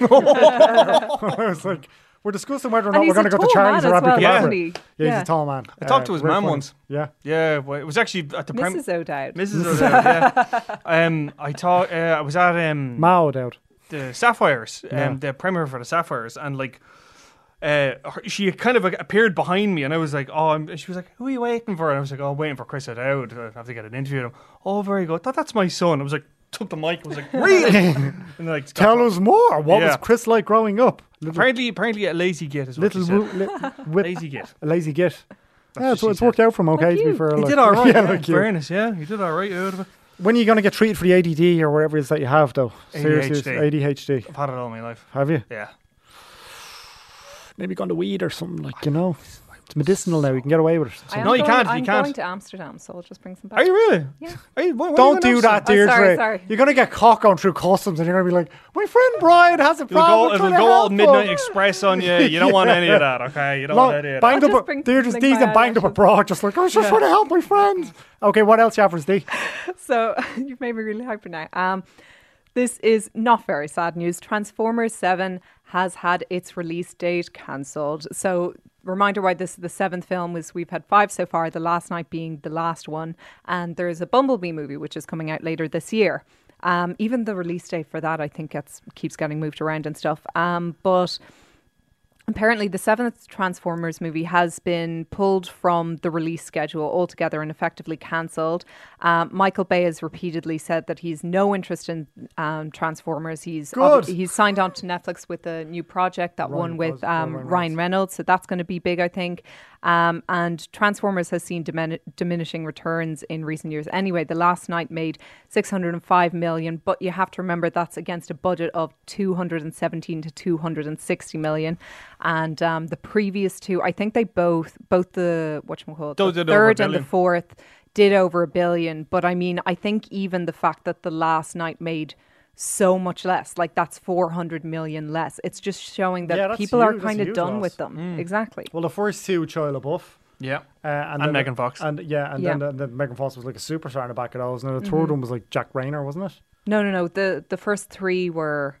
[SPEAKER 3] her. I was like, we're discussing whether or not
[SPEAKER 5] And
[SPEAKER 3] we're going
[SPEAKER 5] he's
[SPEAKER 3] to
[SPEAKER 5] a
[SPEAKER 3] go to
[SPEAKER 5] tall
[SPEAKER 3] Charlie's
[SPEAKER 5] man
[SPEAKER 3] or
[SPEAKER 5] as
[SPEAKER 3] Abbey
[SPEAKER 5] well,
[SPEAKER 4] Yeah.
[SPEAKER 3] Cadabra.
[SPEAKER 5] isn't he?
[SPEAKER 3] Yeah, he's a tall man.
[SPEAKER 4] I talked to his
[SPEAKER 3] we're
[SPEAKER 4] mum
[SPEAKER 3] funny.
[SPEAKER 4] once.
[SPEAKER 3] Yeah,
[SPEAKER 4] Yeah, well, it was actually at the prem-
[SPEAKER 5] Mrs. O'Dowd.
[SPEAKER 4] Mrs. O'Dowd, yeah. Um, I thought uh, I was at um
[SPEAKER 3] Mao out.
[SPEAKER 4] the Sapphires, um,
[SPEAKER 3] Yeah.
[SPEAKER 4] the premiere for the Sapphires, and like, uh, her- she kind of like, appeared behind me, and I was like, "Oh," I'm, and she was like, "Who are you waiting for?" And I was like, "Oh, I'm waiting for Chris O'Dowd. I have to get an interview." with him. Oh, very good. That, that's my son. I was like, took the mic. I was like, "Really?" and like,
[SPEAKER 3] Tell us more. What was
[SPEAKER 4] Uh-huh. Yeah.
[SPEAKER 3] Chris like growing up? Little,
[SPEAKER 4] Apparently, apparently, a lazy git is what
[SPEAKER 3] little
[SPEAKER 4] she said.
[SPEAKER 3] woo- li- whip
[SPEAKER 4] lazy git.
[SPEAKER 3] A lazy git. yeah,
[SPEAKER 4] what
[SPEAKER 3] it's,
[SPEAKER 4] she
[SPEAKER 3] it's worked out for him okay, to be
[SPEAKER 5] you.
[SPEAKER 3] fair.
[SPEAKER 4] He
[SPEAKER 3] like-
[SPEAKER 4] did all right. yeah, in
[SPEAKER 3] like you.
[SPEAKER 4] fairness, yeah, he did all right out of it.
[SPEAKER 3] When are you going to get treated for the ADD or whatever it is that you have, though? Seriously, it's
[SPEAKER 4] ADHD.
[SPEAKER 3] ADHD.
[SPEAKER 4] I've had it all my life.
[SPEAKER 3] Have you?
[SPEAKER 4] Yeah,
[SPEAKER 3] Maybe gone to weed or something, like, you know?
[SPEAKER 4] I
[SPEAKER 3] It's medicinal now. You can get away with it.
[SPEAKER 5] I am
[SPEAKER 4] No, you
[SPEAKER 5] going-
[SPEAKER 4] can't, you
[SPEAKER 5] I'm
[SPEAKER 4] can't.
[SPEAKER 5] going to Amsterdam, so I'll just bring some back.
[SPEAKER 4] Are you really?
[SPEAKER 5] Yeah.
[SPEAKER 4] Are you, why, why
[SPEAKER 3] Don't
[SPEAKER 4] are you
[SPEAKER 3] do
[SPEAKER 4] going
[SPEAKER 3] that,
[SPEAKER 5] Oh,
[SPEAKER 3] Deirdre.
[SPEAKER 5] sorry, sorry.
[SPEAKER 3] You're going to get caught going through customs and you're going to be like, my friend Brian has a
[SPEAKER 4] It'll go,
[SPEAKER 3] problem.
[SPEAKER 4] it'll
[SPEAKER 3] I'm trying to
[SPEAKER 4] go all
[SPEAKER 3] help
[SPEAKER 4] Midnight
[SPEAKER 3] him."
[SPEAKER 4] Express on you. You don't want any of that, okay? You don't
[SPEAKER 3] Long,
[SPEAKER 4] want any of that.
[SPEAKER 3] banged
[SPEAKER 5] I'll
[SPEAKER 3] up,
[SPEAKER 5] just bring
[SPEAKER 3] they're just
[SPEAKER 5] like
[SPEAKER 3] these
[SPEAKER 5] my
[SPEAKER 3] and banged up
[SPEAKER 5] eyelashes.
[SPEAKER 3] abroad, just like I was just trying to help my friend. Okay, what else you have for us, D?
[SPEAKER 5] So you've made me really hyper now. Um, this is not very sad news. Transformers 7 has had its release date cancelled. So, reminder why this is the seventh film is we've had five so far, the last night being the last one. And there's a Bumblebee movie which is coming out later this year. Um, even the release date for that, I think, gets keeps getting moved around and stuff. Um, but Apparently, the seventh Transformers movie has been pulled from the release schedule altogether and effectively cancelled. Um, Michael Bay has repeatedly said that he's no interest in um, Transformers. He's
[SPEAKER 3] Good.
[SPEAKER 5] he's signed on to Netflix with a new project, that one
[SPEAKER 3] Reynolds-
[SPEAKER 5] with um,
[SPEAKER 3] Ryan
[SPEAKER 5] Ryan Reynolds. So that's going to be big, I think. Um, and Transformers has seen dimin- diminishing returns in recent years. Anyway, the last night made 605 million, but you have to remember that's against a budget of 217 to 260 million. And um, the previous two, I think they both, both the what you call
[SPEAKER 4] Those
[SPEAKER 5] the
[SPEAKER 4] did over a
[SPEAKER 5] third and the
[SPEAKER 4] billion.
[SPEAKER 5] fourth did over a billion. But I mean, I think even the fact that the last night made so much less, like that's 400 million less. It's just showing that
[SPEAKER 3] Yeah, that's
[SPEAKER 5] people
[SPEAKER 3] huge.
[SPEAKER 5] are
[SPEAKER 3] That's a
[SPEAKER 5] kind of
[SPEAKER 3] huge
[SPEAKER 5] done
[SPEAKER 3] loss. Mm.
[SPEAKER 5] with them. Exactly.
[SPEAKER 3] Well, the first two, Shia LaBeouf.
[SPEAKER 4] Yeah.
[SPEAKER 3] Uh, and
[SPEAKER 4] And
[SPEAKER 3] then-
[SPEAKER 4] Megan Fox.
[SPEAKER 3] and yeah, and
[SPEAKER 5] Yeah. Mm-hmm.
[SPEAKER 3] then the, the Megan Fox was like a superstar in the back of those, and then the third one was like Jack Rayner, wasn't it?
[SPEAKER 5] No, no, no. The the first three were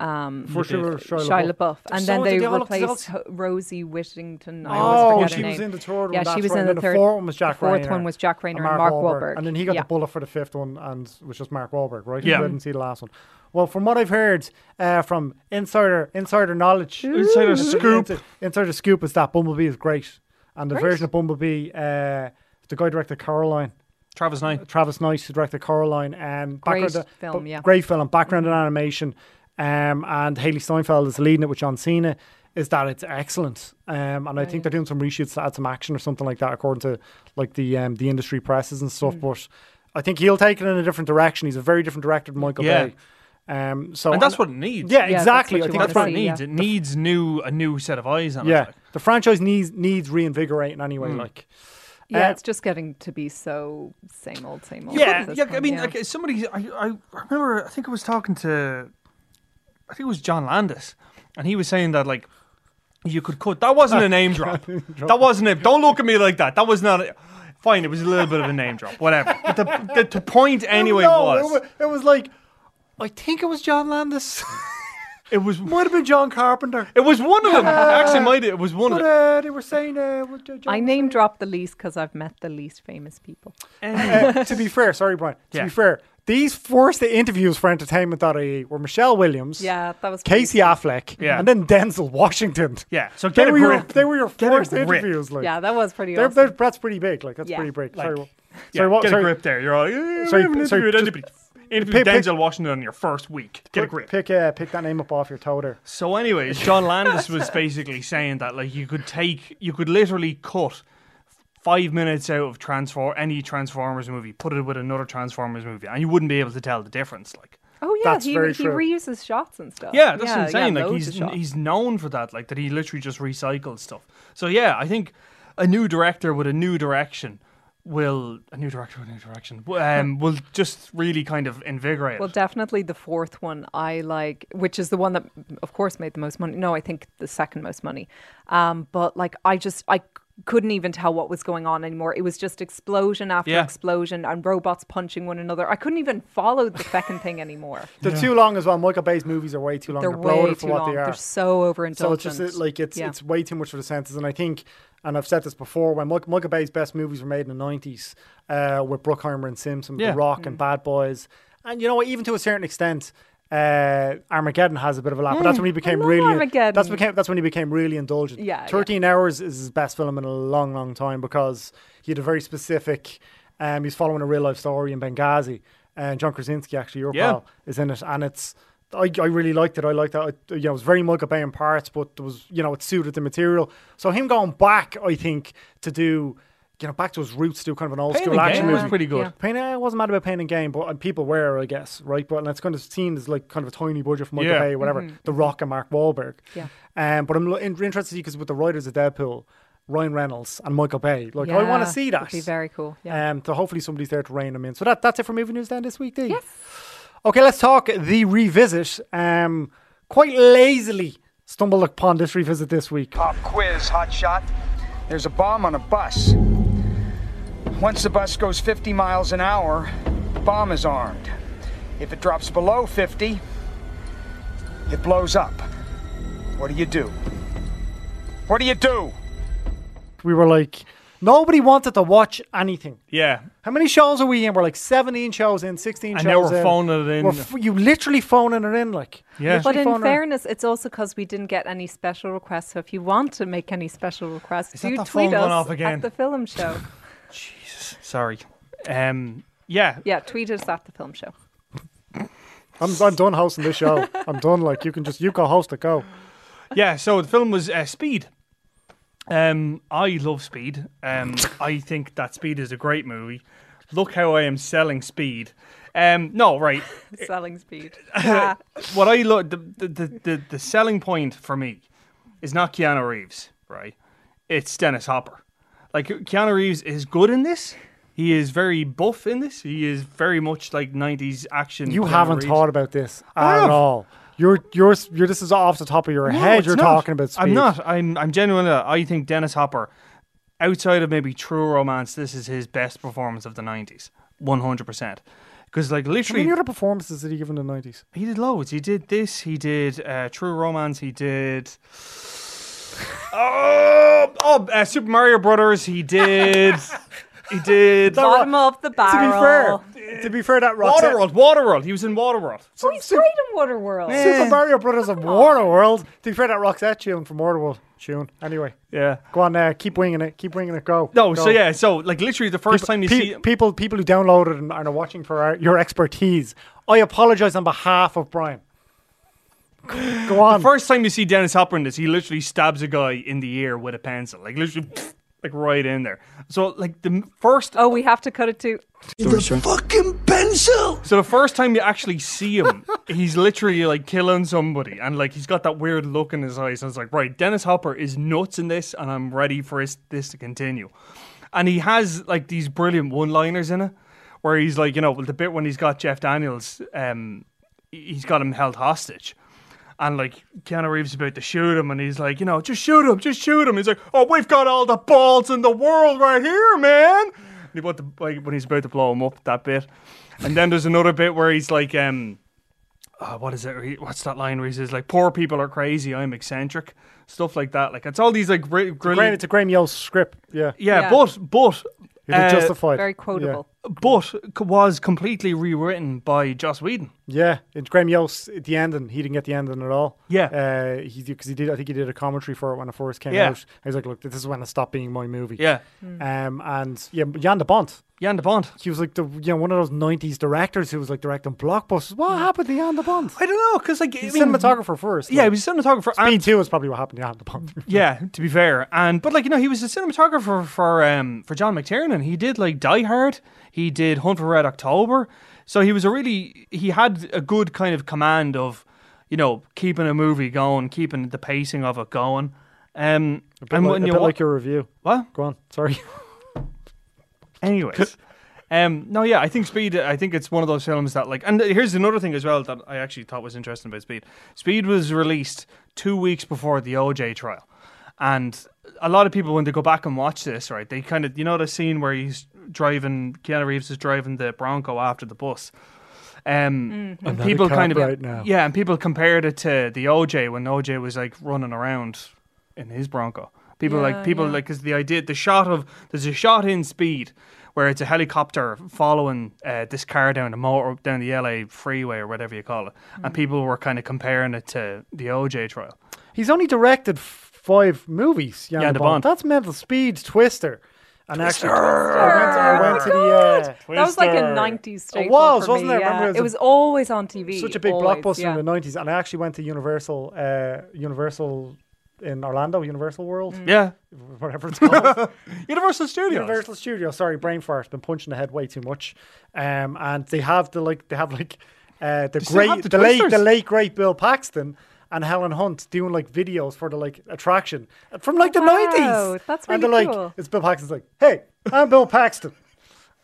[SPEAKER 5] um,
[SPEAKER 3] For sure, Shia
[SPEAKER 5] Shia
[SPEAKER 3] LaBeouf.
[SPEAKER 5] LaBeouf, and then
[SPEAKER 4] someone did
[SPEAKER 5] they
[SPEAKER 4] the all up
[SPEAKER 5] replaced
[SPEAKER 4] results.
[SPEAKER 5] Ho- Rosie Whittington. I always
[SPEAKER 3] Oh,
[SPEAKER 5] forget
[SPEAKER 3] she
[SPEAKER 5] her
[SPEAKER 3] was
[SPEAKER 5] name.
[SPEAKER 3] in the third one.
[SPEAKER 5] Yeah, she
[SPEAKER 3] that's
[SPEAKER 5] was
[SPEAKER 3] right.
[SPEAKER 5] in
[SPEAKER 3] and
[SPEAKER 5] the
[SPEAKER 3] then
[SPEAKER 5] third.
[SPEAKER 3] The fourth one was Jack
[SPEAKER 5] the fourth
[SPEAKER 3] Rayner.
[SPEAKER 5] one was Jack Rayner and Mark Wahlberg.
[SPEAKER 3] And then he got
[SPEAKER 5] Yeah.
[SPEAKER 3] the bullet for the fifth one, and it was just Mark Wahlberg, right?
[SPEAKER 4] Yeah.
[SPEAKER 3] I didn't see the last one. Well, from what I've heard uh, from insider insider knowledge,
[SPEAKER 4] Insider scoop.
[SPEAKER 3] Insider, insider scoop is that Bumblebee is great, and the
[SPEAKER 5] Great.
[SPEAKER 3] version of Bumblebee, uh, the guy who directed Caroline.
[SPEAKER 4] Travis Knight.
[SPEAKER 3] Travis Knight, who directed Coraline. Um, background-
[SPEAKER 5] Great film, yeah.
[SPEAKER 3] Great film, background in animation. Um, and Haley Steinfeld is leading it with John Cena. Is that it's excellent, um, and I think they're doing some reshoots to add some action or something like that, according to like the um, the industry presses and
[SPEAKER 5] Hmm.
[SPEAKER 3] stuff. But I think he'll take it in a different direction. He's a very different director than Michael
[SPEAKER 4] Yeah.
[SPEAKER 3] Bay. Um, so
[SPEAKER 4] And that's what it needs.
[SPEAKER 3] yeah,
[SPEAKER 5] that's
[SPEAKER 3] exactly.
[SPEAKER 5] what
[SPEAKER 3] I
[SPEAKER 5] you
[SPEAKER 3] think
[SPEAKER 5] wanna
[SPEAKER 4] That's what it
[SPEAKER 5] see, yeah.
[SPEAKER 4] needs. It needs new a new set of eyes on
[SPEAKER 3] yeah,
[SPEAKER 4] it.
[SPEAKER 3] the franchise needs needs reinvigorating anyway.
[SPEAKER 4] Hmm.
[SPEAKER 3] Like
[SPEAKER 5] yeah,
[SPEAKER 3] Uh,
[SPEAKER 5] it's just getting to be so same old, same old. at
[SPEAKER 4] Yeah,
[SPEAKER 5] this
[SPEAKER 4] yeah. I
[SPEAKER 5] point,
[SPEAKER 4] mean,
[SPEAKER 5] yeah.
[SPEAKER 4] like somebody. I, I remember. I think I was talking to. I think it was John Landis, and he was saying that like, you could cut. That wasn't a name drop. that wasn't it. Don't look at me like that. That was not. A, fine. It was a little bit of a name drop. Whatever. But the, the, the point anyway
[SPEAKER 3] No, it
[SPEAKER 4] was
[SPEAKER 3] wa- it was like I think it was John Landis.
[SPEAKER 4] it was
[SPEAKER 3] Might have been John Carpenter.
[SPEAKER 4] it was one of them. Actually, might it was one of
[SPEAKER 3] But
[SPEAKER 4] them.
[SPEAKER 3] uh, they were saying, uh, what John
[SPEAKER 5] I
[SPEAKER 3] was
[SPEAKER 5] name dropped the least because I've met the least famous people.
[SPEAKER 3] saying. Uh, to be fair, sorry, Brian. To
[SPEAKER 4] Yeah.
[SPEAKER 3] be fair, these first interviews for entertainment.ie were Michelle Williams,
[SPEAKER 5] Yeah, that was pretty
[SPEAKER 3] Casey Affleck,
[SPEAKER 4] Yeah.
[SPEAKER 3] and then Denzel Washington.
[SPEAKER 4] Yeah. So
[SPEAKER 3] They
[SPEAKER 4] get a
[SPEAKER 3] were, your,
[SPEAKER 4] grip.
[SPEAKER 3] they were your
[SPEAKER 4] Get a
[SPEAKER 3] first
[SPEAKER 4] grip.
[SPEAKER 3] interviews. Like,
[SPEAKER 5] Yeah, that was pretty.
[SPEAKER 3] they're,
[SPEAKER 5] awesome.
[SPEAKER 3] they're, that's pretty big. Like, that's
[SPEAKER 5] Yeah.
[SPEAKER 3] pretty big. sorry, what-
[SPEAKER 4] Yeah,
[SPEAKER 3] sorry, what,
[SPEAKER 4] get
[SPEAKER 3] sorry,
[SPEAKER 4] a grip there. You're all. "Eh,
[SPEAKER 3] Sorry,
[SPEAKER 4] I haven't
[SPEAKER 3] sorry,
[SPEAKER 4] interviewed
[SPEAKER 3] just-
[SPEAKER 4] anybody." Interview
[SPEAKER 3] pick- pick-
[SPEAKER 4] Denzel Washington on your first week. Get a grip.
[SPEAKER 3] Pick, uh, pick that name up off your toe there.
[SPEAKER 4] So, anyways, John Landis was basically saying that like you could take, you could literally cut five minutes out of transform any Transformers movie, put it with another Transformers movie, and you wouldn't be able to tell the difference. Like,
[SPEAKER 5] Oh yeah,
[SPEAKER 3] That's
[SPEAKER 5] he,
[SPEAKER 3] very
[SPEAKER 5] he
[SPEAKER 3] true.
[SPEAKER 5] reuses shots and stuff.
[SPEAKER 4] yeah, that's what I'm saying. like,
[SPEAKER 5] loads of
[SPEAKER 4] he's
[SPEAKER 5] shots.
[SPEAKER 4] he's known for that. Like that, he literally just recycles stuff. So yeah, I think a new director with a new direction will a new director with a new direction um, will just really kind of invigorate.
[SPEAKER 5] Well,
[SPEAKER 4] it.
[SPEAKER 5] definitely the fourth one I like, which is the one that, of course, made the most money. No, I think the second most money. Um, but like, I just I c- couldn't even tell what was going on anymore. It was just explosion after
[SPEAKER 4] Yeah.
[SPEAKER 5] explosion and robots punching one another. I couldn't even follow the second thing anymore.
[SPEAKER 3] They're too long as well. Michael Bay's movies are way too long.
[SPEAKER 5] They're
[SPEAKER 3] bloated
[SPEAKER 5] way
[SPEAKER 3] for
[SPEAKER 5] too
[SPEAKER 3] what
[SPEAKER 5] long.
[SPEAKER 3] they are.
[SPEAKER 5] They're
[SPEAKER 3] So
[SPEAKER 5] so overindulgent.
[SPEAKER 3] it's just uh, like it's
[SPEAKER 5] Yeah.
[SPEAKER 3] it's way too much for the senses, and I think, and I've said this before, when Michael, Michael Bay's best movies were made in the nineties, uh, with Bruckheimer and Simpson,
[SPEAKER 4] Yeah.
[SPEAKER 3] The Rock,
[SPEAKER 5] Mm.
[SPEAKER 3] and Bad Boys, and you know what, even to a certain extent, uh, Armageddon has a bit of a laugh, but that's when he became
[SPEAKER 5] Mm. love
[SPEAKER 3] really
[SPEAKER 5] Armageddon.
[SPEAKER 3] that's became that's when he became really indulgent.
[SPEAKER 5] Yeah, yeah.
[SPEAKER 3] Thirteen Hours is his best film in a long, long time because he had a very specific. Um, he's following a real life story in Benghazi, and John Krasinski actually your
[SPEAKER 4] Yeah.
[SPEAKER 3] pal is in it, and it's I, I really liked it. I liked that. I, you know, it was very Michael Bay in parts, but there was you know it suited the material. So him going back, I think, to do you know back to his roots, to do kind of an old
[SPEAKER 4] Pain and
[SPEAKER 3] school action
[SPEAKER 4] Gain was
[SPEAKER 3] movie.
[SPEAKER 4] pretty good.
[SPEAKER 5] Yeah.
[SPEAKER 3] Pain, I wasn't mad about Pain and Gain, but uh, people were, I guess, right? But and it's kind of seen as like kind of a tiny budget for Michael
[SPEAKER 4] Yeah.
[SPEAKER 3] Bay, whatever. The Rock and Mark Wahlberg.
[SPEAKER 5] Mm-hmm. Yeah.
[SPEAKER 3] Um, but I'm lo- in- interested to see because with the writers of Deadpool, Ryan Reynolds and Michael Bay. Like I want
[SPEAKER 5] Yeah,
[SPEAKER 3] to see
[SPEAKER 5] it'd
[SPEAKER 3] that.
[SPEAKER 5] be very cool, yeah.
[SPEAKER 3] Um, so hopefully somebody's there to rein them in. So that that's it for movie news then this week. Dee.
[SPEAKER 5] Yes.
[SPEAKER 3] Okay, let's talk the revisit. Um, quite lazily stumbled upon this revisit this week.
[SPEAKER 7] Pop quiz, hotshot. There's a bomb on a bus. Once the bus goes 50 miles an hour, bomb is armed. If it drops below 50, it blows up. What do you do? What do you do?
[SPEAKER 3] We were like, nobody wanted to watch anything.
[SPEAKER 4] Yeah.
[SPEAKER 3] How many shows are we in? We're like 17 shows in, 16
[SPEAKER 4] And
[SPEAKER 3] shows
[SPEAKER 4] now we're
[SPEAKER 3] in.
[SPEAKER 4] phoning it in.
[SPEAKER 3] We're f- you literally phoning it in, like.
[SPEAKER 4] Yeah.
[SPEAKER 5] But
[SPEAKER 3] Literally
[SPEAKER 5] in
[SPEAKER 3] phoning her-
[SPEAKER 5] fairness, it's also because we didn't get any special requests. So if you want to make any special requests,
[SPEAKER 4] that
[SPEAKER 5] do
[SPEAKER 4] the
[SPEAKER 5] tweet
[SPEAKER 4] phone going
[SPEAKER 5] us
[SPEAKER 4] off again?
[SPEAKER 5] at the film show.
[SPEAKER 4] Sorry. Um. Yeah.
[SPEAKER 5] yeah, tweet us at the film show.
[SPEAKER 3] I'm, I'm done hosting this show. I'm done. Like, you can just, you can host it, go.
[SPEAKER 4] Yeah. So the film was uh, Speed. Um. I love Speed. Um. I think that Speed is a great movie. Look how I am selling Speed. Um. No. Right.
[SPEAKER 5] Selling speed. Ah,
[SPEAKER 4] what I look the the, the the the selling point for me is not Keanu Reeves, right? It's Dennis Hopper. Like Keanu Reeves is good in this. He is very buff in this. He is very much like '90s action.
[SPEAKER 3] You
[SPEAKER 4] Keanu
[SPEAKER 3] haven't
[SPEAKER 4] Reeves.
[SPEAKER 3] thought about this at
[SPEAKER 4] have.
[SPEAKER 3] all. You're, you're, you're, this is off the top of your
[SPEAKER 4] No,
[SPEAKER 3] head.
[SPEAKER 4] it's
[SPEAKER 3] You're
[SPEAKER 4] not.
[SPEAKER 3] talking about speed.
[SPEAKER 4] I'm not. I'm. I'm genuinely. I think Dennis Hopper, outside of maybe True Romance, this is his best performance of the '90s, 100. percent Because like
[SPEAKER 3] How
[SPEAKER 4] literally,
[SPEAKER 3] many other performances did he give in the 90s?
[SPEAKER 4] He did loads. He did this. He did uh, True Romance. He did. Oh, oh uh, Super Mario Brothers. He did. he did.
[SPEAKER 5] Bottom of the
[SPEAKER 3] To
[SPEAKER 5] barrel.
[SPEAKER 3] be fair, to be fair, that Roxanne,
[SPEAKER 4] Waterworld. Waterworld. He was in Waterworld.
[SPEAKER 3] Su-
[SPEAKER 5] He's
[SPEAKER 3] Su-
[SPEAKER 5] great in Waterworld.
[SPEAKER 3] Super Mario Brothers of Waterworld. To be fair, that Roxette tune from Waterworld tune. Anyway,
[SPEAKER 4] Yeah.
[SPEAKER 3] go on, uh, keep winging it, keep winging it. Go.
[SPEAKER 4] No.
[SPEAKER 3] go.
[SPEAKER 4] So yeah. So like literally the first
[SPEAKER 3] Pe-
[SPEAKER 4] time you
[SPEAKER 3] pe-
[SPEAKER 4] see. him-
[SPEAKER 3] people, people who downloaded and are watching for our, your expertise. I apologize on behalf of Brian. Go on.
[SPEAKER 4] First time you see Dennis Hopper in this, he literally stabs a guy in the ear with a pencil, like literally, like right in there. So like the m- first,
[SPEAKER 5] Oh, we have to cut it to.
[SPEAKER 4] so the first time you actually see him, he's literally like killing somebody, and like he's got that weird look in his eyes. And it's like, right, Dennis Hopper is nuts in this, and I'm ready for his, this to continue. And he has like these brilliant one-liners in it, where he's like, you know, the bit when he's got Jeff Daniels, um, he's got him held hostage. And like Keanu Reeves is about to shoot him, and he's like, you know, just shoot him, just shoot him. He's like, oh, we've got all the balls in the world right here, man. And he about to, like, when he's about to blow him up, that bit. And then there's another bit where he's like, um, oh, what is it? where he- What's that line where he says like, poor people are crazy, I'm eccentric, stuff like that. Like it's all these like gr-
[SPEAKER 3] Graham,
[SPEAKER 4] brilliant,
[SPEAKER 3] it's a Graham Yo script. Yeah,
[SPEAKER 4] yeah,
[SPEAKER 5] Yeah.
[SPEAKER 4] But but
[SPEAKER 3] It is
[SPEAKER 4] uh,
[SPEAKER 3] justified.
[SPEAKER 5] Very quotable.
[SPEAKER 4] but c- was completely rewritten by Joss Whedon.
[SPEAKER 3] Yeah, and Graham Yost at the ending, he didn't get the ending at all.
[SPEAKER 4] Yeah.
[SPEAKER 3] uh, he because he did. I think he did a commentary for it when it first came
[SPEAKER 4] Yeah.
[SPEAKER 3] out. He's like, "Look, this is when it stopped being my movie."
[SPEAKER 4] Yeah,
[SPEAKER 5] Hmm.
[SPEAKER 3] Um, and yeah, Jan de Bont,
[SPEAKER 4] Jan de Bond.
[SPEAKER 3] he was like the you know one of those '90s directors who was like directing blockbusters. What happened to Jan de Bont?
[SPEAKER 4] I don't know because like Hmm. I
[SPEAKER 3] He's
[SPEAKER 4] mean,
[SPEAKER 3] cinematographer first.
[SPEAKER 4] Yeah,
[SPEAKER 3] like,
[SPEAKER 4] he was a cinematographer. and-
[SPEAKER 3] Speed Two is probably what happened to Jan de Bont.
[SPEAKER 4] Yeah, to be fair, and but like you know, he was a cinematographer for um for John McTiernan. He did like Die Hard. He did Hunt for Red October. So he was a really he had a good kind of command of, you know, keeping a movie going, keeping the pacing of it going. Um, and
[SPEAKER 3] like,
[SPEAKER 4] when
[SPEAKER 3] a
[SPEAKER 4] you
[SPEAKER 3] bit
[SPEAKER 4] wa-
[SPEAKER 3] like your review.
[SPEAKER 4] what?
[SPEAKER 3] Go on. Sorry.
[SPEAKER 4] Anyways. Um, no, yeah, I think Speed. I think it's one of those films that, like, and here's another thing as well that I actually thought was interesting about Speed. Speed was released two weeks before the OJ trial, and a lot of people when they go back and watch this, right, they kind of you know the scene where he's driving Keanu Reeves is driving the Bronco after the bus. Um, and people
[SPEAKER 3] cop
[SPEAKER 4] kind of
[SPEAKER 3] right now.
[SPEAKER 4] yeah, and people compared it to the OJ when OJ was like running around in his Bronco. People like
[SPEAKER 5] Yeah,
[SPEAKER 4] people
[SPEAKER 5] yeah.
[SPEAKER 4] like because the idea the shot of there's a shot in Speed where it's a helicopter following uh, this car down the motor down the LA freeway or whatever you call it,
[SPEAKER 3] Mm.
[SPEAKER 4] and people were kind of comparing it to the OJ trial.
[SPEAKER 3] He's only directed f- five movies. Jan,
[SPEAKER 4] Jan
[SPEAKER 3] de
[SPEAKER 4] de
[SPEAKER 3] Bont.
[SPEAKER 4] Bont.
[SPEAKER 3] That's Mental Speed, Twister, and actually, I went, I went to the. Uh,
[SPEAKER 5] Oh That was like a 90s staple.
[SPEAKER 3] was,
[SPEAKER 5] for
[SPEAKER 3] wasn't
[SPEAKER 5] me,
[SPEAKER 3] it? I
[SPEAKER 5] Yeah.
[SPEAKER 3] remember it was
[SPEAKER 5] it
[SPEAKER 3] a-
[SPEAKER 5] was always on TV.
[SPEAKER 3] such a big
[SPEAKER 5] always,
[SPEAKER 3] blockbuster
[SPEAKER 5] yeah.
[SPEAKER 3] in the 90s and i actually went to universal uh universal in orlando universal world
[SPEAKER 4] Yeah,
[SPEAKER 3] whatever it's called
[SPEAKER 4] Universal Studios.
[SPEAKER 3] universal studio sorry brain fart been punching the head way too much um and they have the like they have like uh the
[SPEAKER 4] still
[SPEAKER 3] great
[SPEAKER 4] have the
[SPEAKER 3] the late the
[SPEAKER 4] Twisters.
[SPEAKER 3] late great bill paxton and Helen Hunt doing like videos for the like attraction from like the
[SPEAKER 5] Wow,
[SPEAKER 3] nineties.
[SPEAKER 5] that's
[SPEAKER 3] and they're
[SPEAKER 5] really
[SPEAKER 3] like,
[SPEAKER 5] cool.
[SPEAKER 3] it's Bill Paxton's like, hey, I'm Bill Paxton,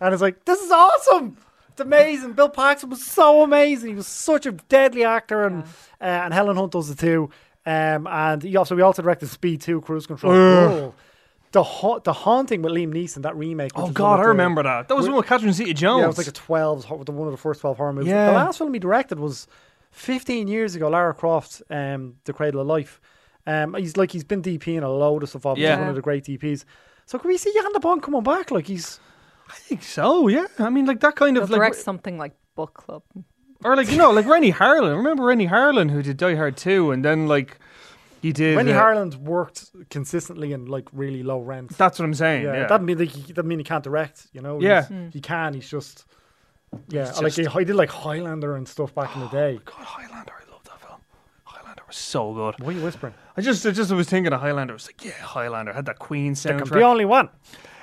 [SPEAKER 3] and it's like, this is awesome. It's amazing. Bill Paxton was so amazing. He was such a deadly actor, and uh, and Helen Hunt does it too. Um, and he also we also directed Speed Two, Cruise Control. Whoa. The ha- the haunting with Liam Neeson, that remake. which
[SPEAKER 4] Oh
[SPEAKER 3] is
[SPEAKER 4] God,
[SPEAKER 3] one
[SPEAKER 4] I
[SPEAKER 3] of the-
[SPEAKER 4] remember that. That was one with Catherine Zeta-Jones.
[SPEAKER 3] yeah, it was like a 12, ho- the one of the first 12 horror movies.
[SPEAKER 4] Yeah.
[SPEAKER 3] The last film he directed was 15 years ago, Lara Croft, um, The Cradle of Life. Um, he's like, he's been DPing a load of stuff off. He's
[SPEAKER 4] Yeah.
[SPEAKER 3] one of the great DPs. So can we see Jan de Bond coming back? Like he's,
[SPEAKER 4] I think so. Yeah, I mean, like that kind
[SPEAKER 5] They'll
[SPEAKER 4] of like,
[SPEAKER 5] direct something like book club.
[SPEAKER 3] Oh,
[SPEAKER 4] or like you know, like Rennie Harlan. Remember Rennie Harlan who did Die Hard two, and then like he did
[SPEAKER 3] Wendy
[SPEAKER 4] uh,
[SPEAKER 3] Harland worked consistently in like really low rent.
[SPEAKER 4] That's what I'm saying.
[SPEAKER 3] yeah,
[SPEAKER 4] Yeah,
[SPEAKER 3] that mean like, he, that mean he can't direct, you know?
[SPEAKER 4] Yeah.
[SPEAKER 3] He's- he can. He's just, yeah,
[SPEAKER 4] He's
[SPEAKER 3] like he,
[SPEAKER 4] just- Oh,
[SPEAKER 3] he did like Highlander and stuff back in the day.
[SPEAKER 4] God, Highlander. I love that film. Highlander was so good.
[SPEAKER 3] What are you whispering?
[SPEAKER 4] I just, I just was thinking of Highlander. I was like, yeah, Highlander had that Queen soundtrack.
[SPEAKER 3] The only one.